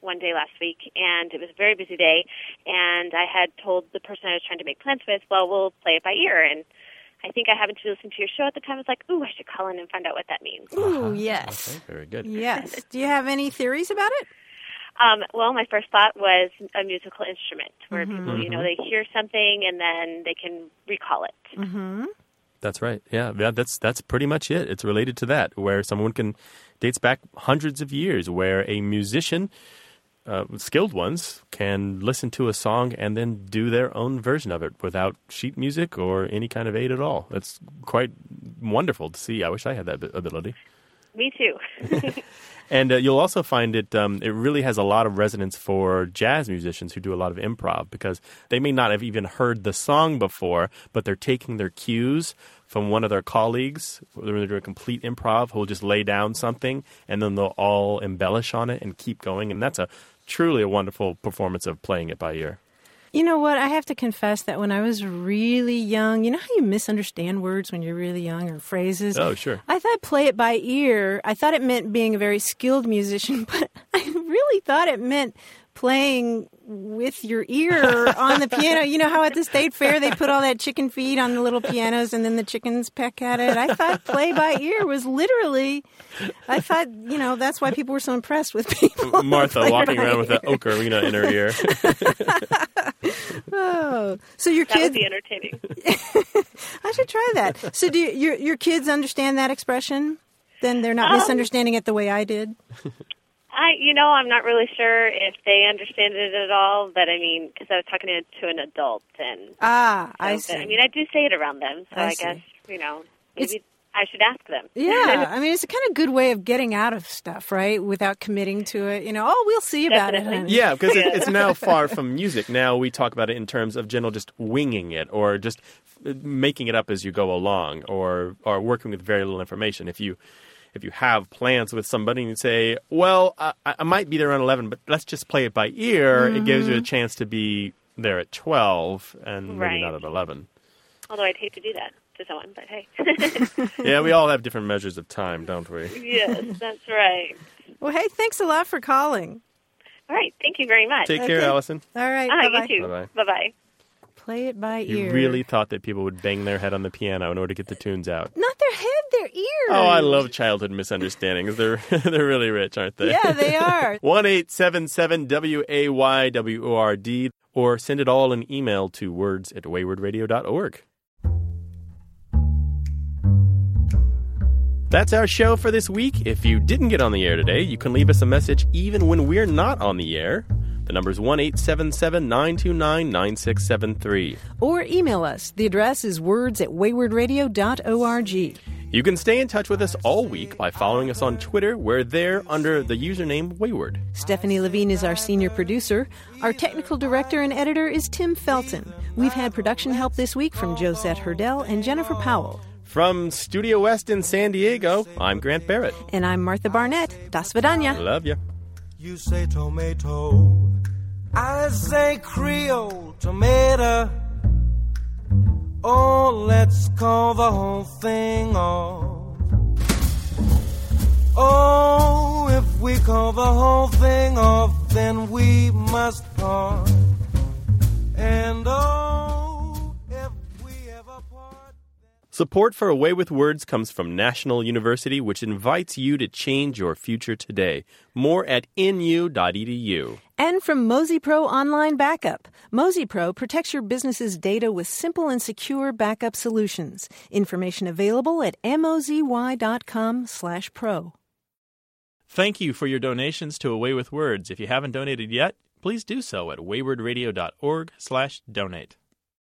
Speaker 6: one day last week, and it was a very busy day, and I had told the person I was trying to make plans with, well, we'll play it by ear. And I think I happened to be listening to your show at the time. I was like, ooh, I should call in and find out what that means.
Speaker 2: Ooh, yes.
Speaker 1: Uh-huh. Okay, very good.
Speaker 2: Yes. Do you have any theories about it?
Speaker 6: Um, well, my first thought was a musical instrument where
Speaker 2: Mm-hmm.
Speaker 6: people, you know, they hear something and then they can recall it.
Speaker 2: Mm-hmm.
Speaker 1: That's right. Yeah, that, that's that's pretty much it. It's related to that, where someone can dates back hundreds of years, where a musician, uh, skilled ones, can listen to a song and then do their own version of it without sheet music or any kind of aid at all. That's quite wonderful to see. I wish I had that ability.
Speaker 6: Me
Speaker 2: [LAUGHS]
Speaker 6: too.
Speaker 1: And uh, you'll also find it, um, it really has a lot of resonance for jazz musicians who do a lot of improv because they may not have even heard the song before, but they're taking their cues from one of their colleagues when they're doing complete improv who'll just lay down something and then they'll all embellish on it and keep going. And that's a truly a wonderful performance of playing it by ear.
Speaker 2: You know what? I have to confess that when I was really young, you know how you misunderstand words when you're really young or phrases?
Speaker 1: Oh, sure.
Speaker 2: I thought play it by ear. I thought it meant being a very skilled musician, [LAUGHS] but I really thought it meant playing with your ear on the piano. You know how at the state fair they put all that chicken feed on the little pianos and then the chickens peck at it? I thought play by ear was literally, I thought, you know, that's why people were so impressed with people. who
Speaker 1: Martha
Speaker 2: [LAUGHS] played
Speaker 1: walking
Speaker 2: by
Speaker 1: around with
Speaker 2: ear.
Speaker 1: an ocarina in her ear.
Speaker 2: Oh, so your
Speaker 6: That
Speaker 2: kids.
Speaker 6: would be entertaining.
Speaker 2: [LAUGHS] I should try that. So, do you, your
Speaker 6: Um,
Speaker 2: your kids understand that expression? Then they're not misunderstanding it the way I did.
Speaker 6: I, you know, I'm not really sure if they understand it at all, but I mean, because I was talking to, to an adult and.
Speaker 2: Ah, I
Speaker 6: so,
Speaker 2: see.
Speaker 6: but, I mean, I do say it around them, so
Speaker 2: I
Speaker 6: I,
Speaker 2: see.
Speaker 6: guess you know
Speaker 2: It's-
Speaker 6: maybe I should ask them.
Speaker 2: Yeah, I mean, it's a kind of good way of getting out of stuff, right? Without committing to it. You know, oh, we'll see about it. [LAUGHS] honey.
Speaker 1: Yeah, because it,
Speaker 6: [LAUGHS]
Speaker 1: it's
Speaker 2: [LAUGHS]
Speaker 1: now far from music. Now we talk about it in terms of general just winging it or just f- making it up as you go along or or working with very little information. If you if you have plans with somebody and you say, "Well, I, I might be there around 11, but let's just play it by ear," it gives you a chance to be there at 12 and
Speaker 6: Right.
Speaker 1: maybe not at 11.
Speaker 6: [LAUGHS] Although I'd hate to do that to someone, but hey.
Speaker 1: [LAUGHS] yeah,
Speaker 6: [LAUGHS]
Speaker 1: we all have different measures of time, don't we?
Speaker 6: yes, that's right.
Speaker 2: Well, hey, thanks a lot for calling.
Speaker 6: All right, thank you very much.
Speaker 1: Take care,
Speaker 2: Okay.
Speaker 1: Allison.
Speaker 2: All right,
Speaker 6: Ah,
Speaker 2: bye-bye.
Speaker 6: you too.
Speaker 1: Bye-bye.
Speaker 6: Bye bye.
Speaker 2: Play it by
Speaker 1: You
Speaker 2: ear.
Speaker 1: really thought that people would bang their head on the piano in order to get the tunes out.
Speaker 2: Not their head, their ears.
Speaker 1: Oh, I love childhood misunderstandings. They're [LAUGHS] they're really rich, aren't they?
Speaker 2: Yeah, they are.
Speaker 1: [LAUGHS] One eight seven seven W A Y W O R D, or send it all an email to words at waywardradio.org. That's our show for this week. If you didn't get on the air today, you can leave us a message even when we're not on the air. The number is 1 877 929 9673.
Speaker 2: or email us. The address is words at waywardradio.org.
Speaker 1: You can stay in touch with us all week by following us on Twitter. We're there under the username Wayward.
Speaker 2: Stephanie Levine is our senior producer. Our technical director and editor is Tim Felton. We've had production help this week from Josette Hurdell and Jennifer Powell.
Speaker 1: From Studio West in San Diego, I'm Grant Barrett.
Speaker 2: And I'm Martha Barnett. Das Vidania.
Speaker 1: Love you.
Speaker 4: You say tomato. I say Creole tomato. Oh, let's call the whole thing off. Oh, if we call the whole thing off, then we must part. And oh, if we ever part.
Speaker 1: Support for Away with Words comes from National University, which invites you to change your future today. More at E nu.edu.
Speaker 2: And from Mosey Pro Online Backup. Mosey Pro protects your business's data with simple and secure backup solutions. Information available at mozy.com slash pro.
Speaker 1: Thank you for your donations to Away with Words. If you haven't donated yet, please do so at waywardradio.org/donate.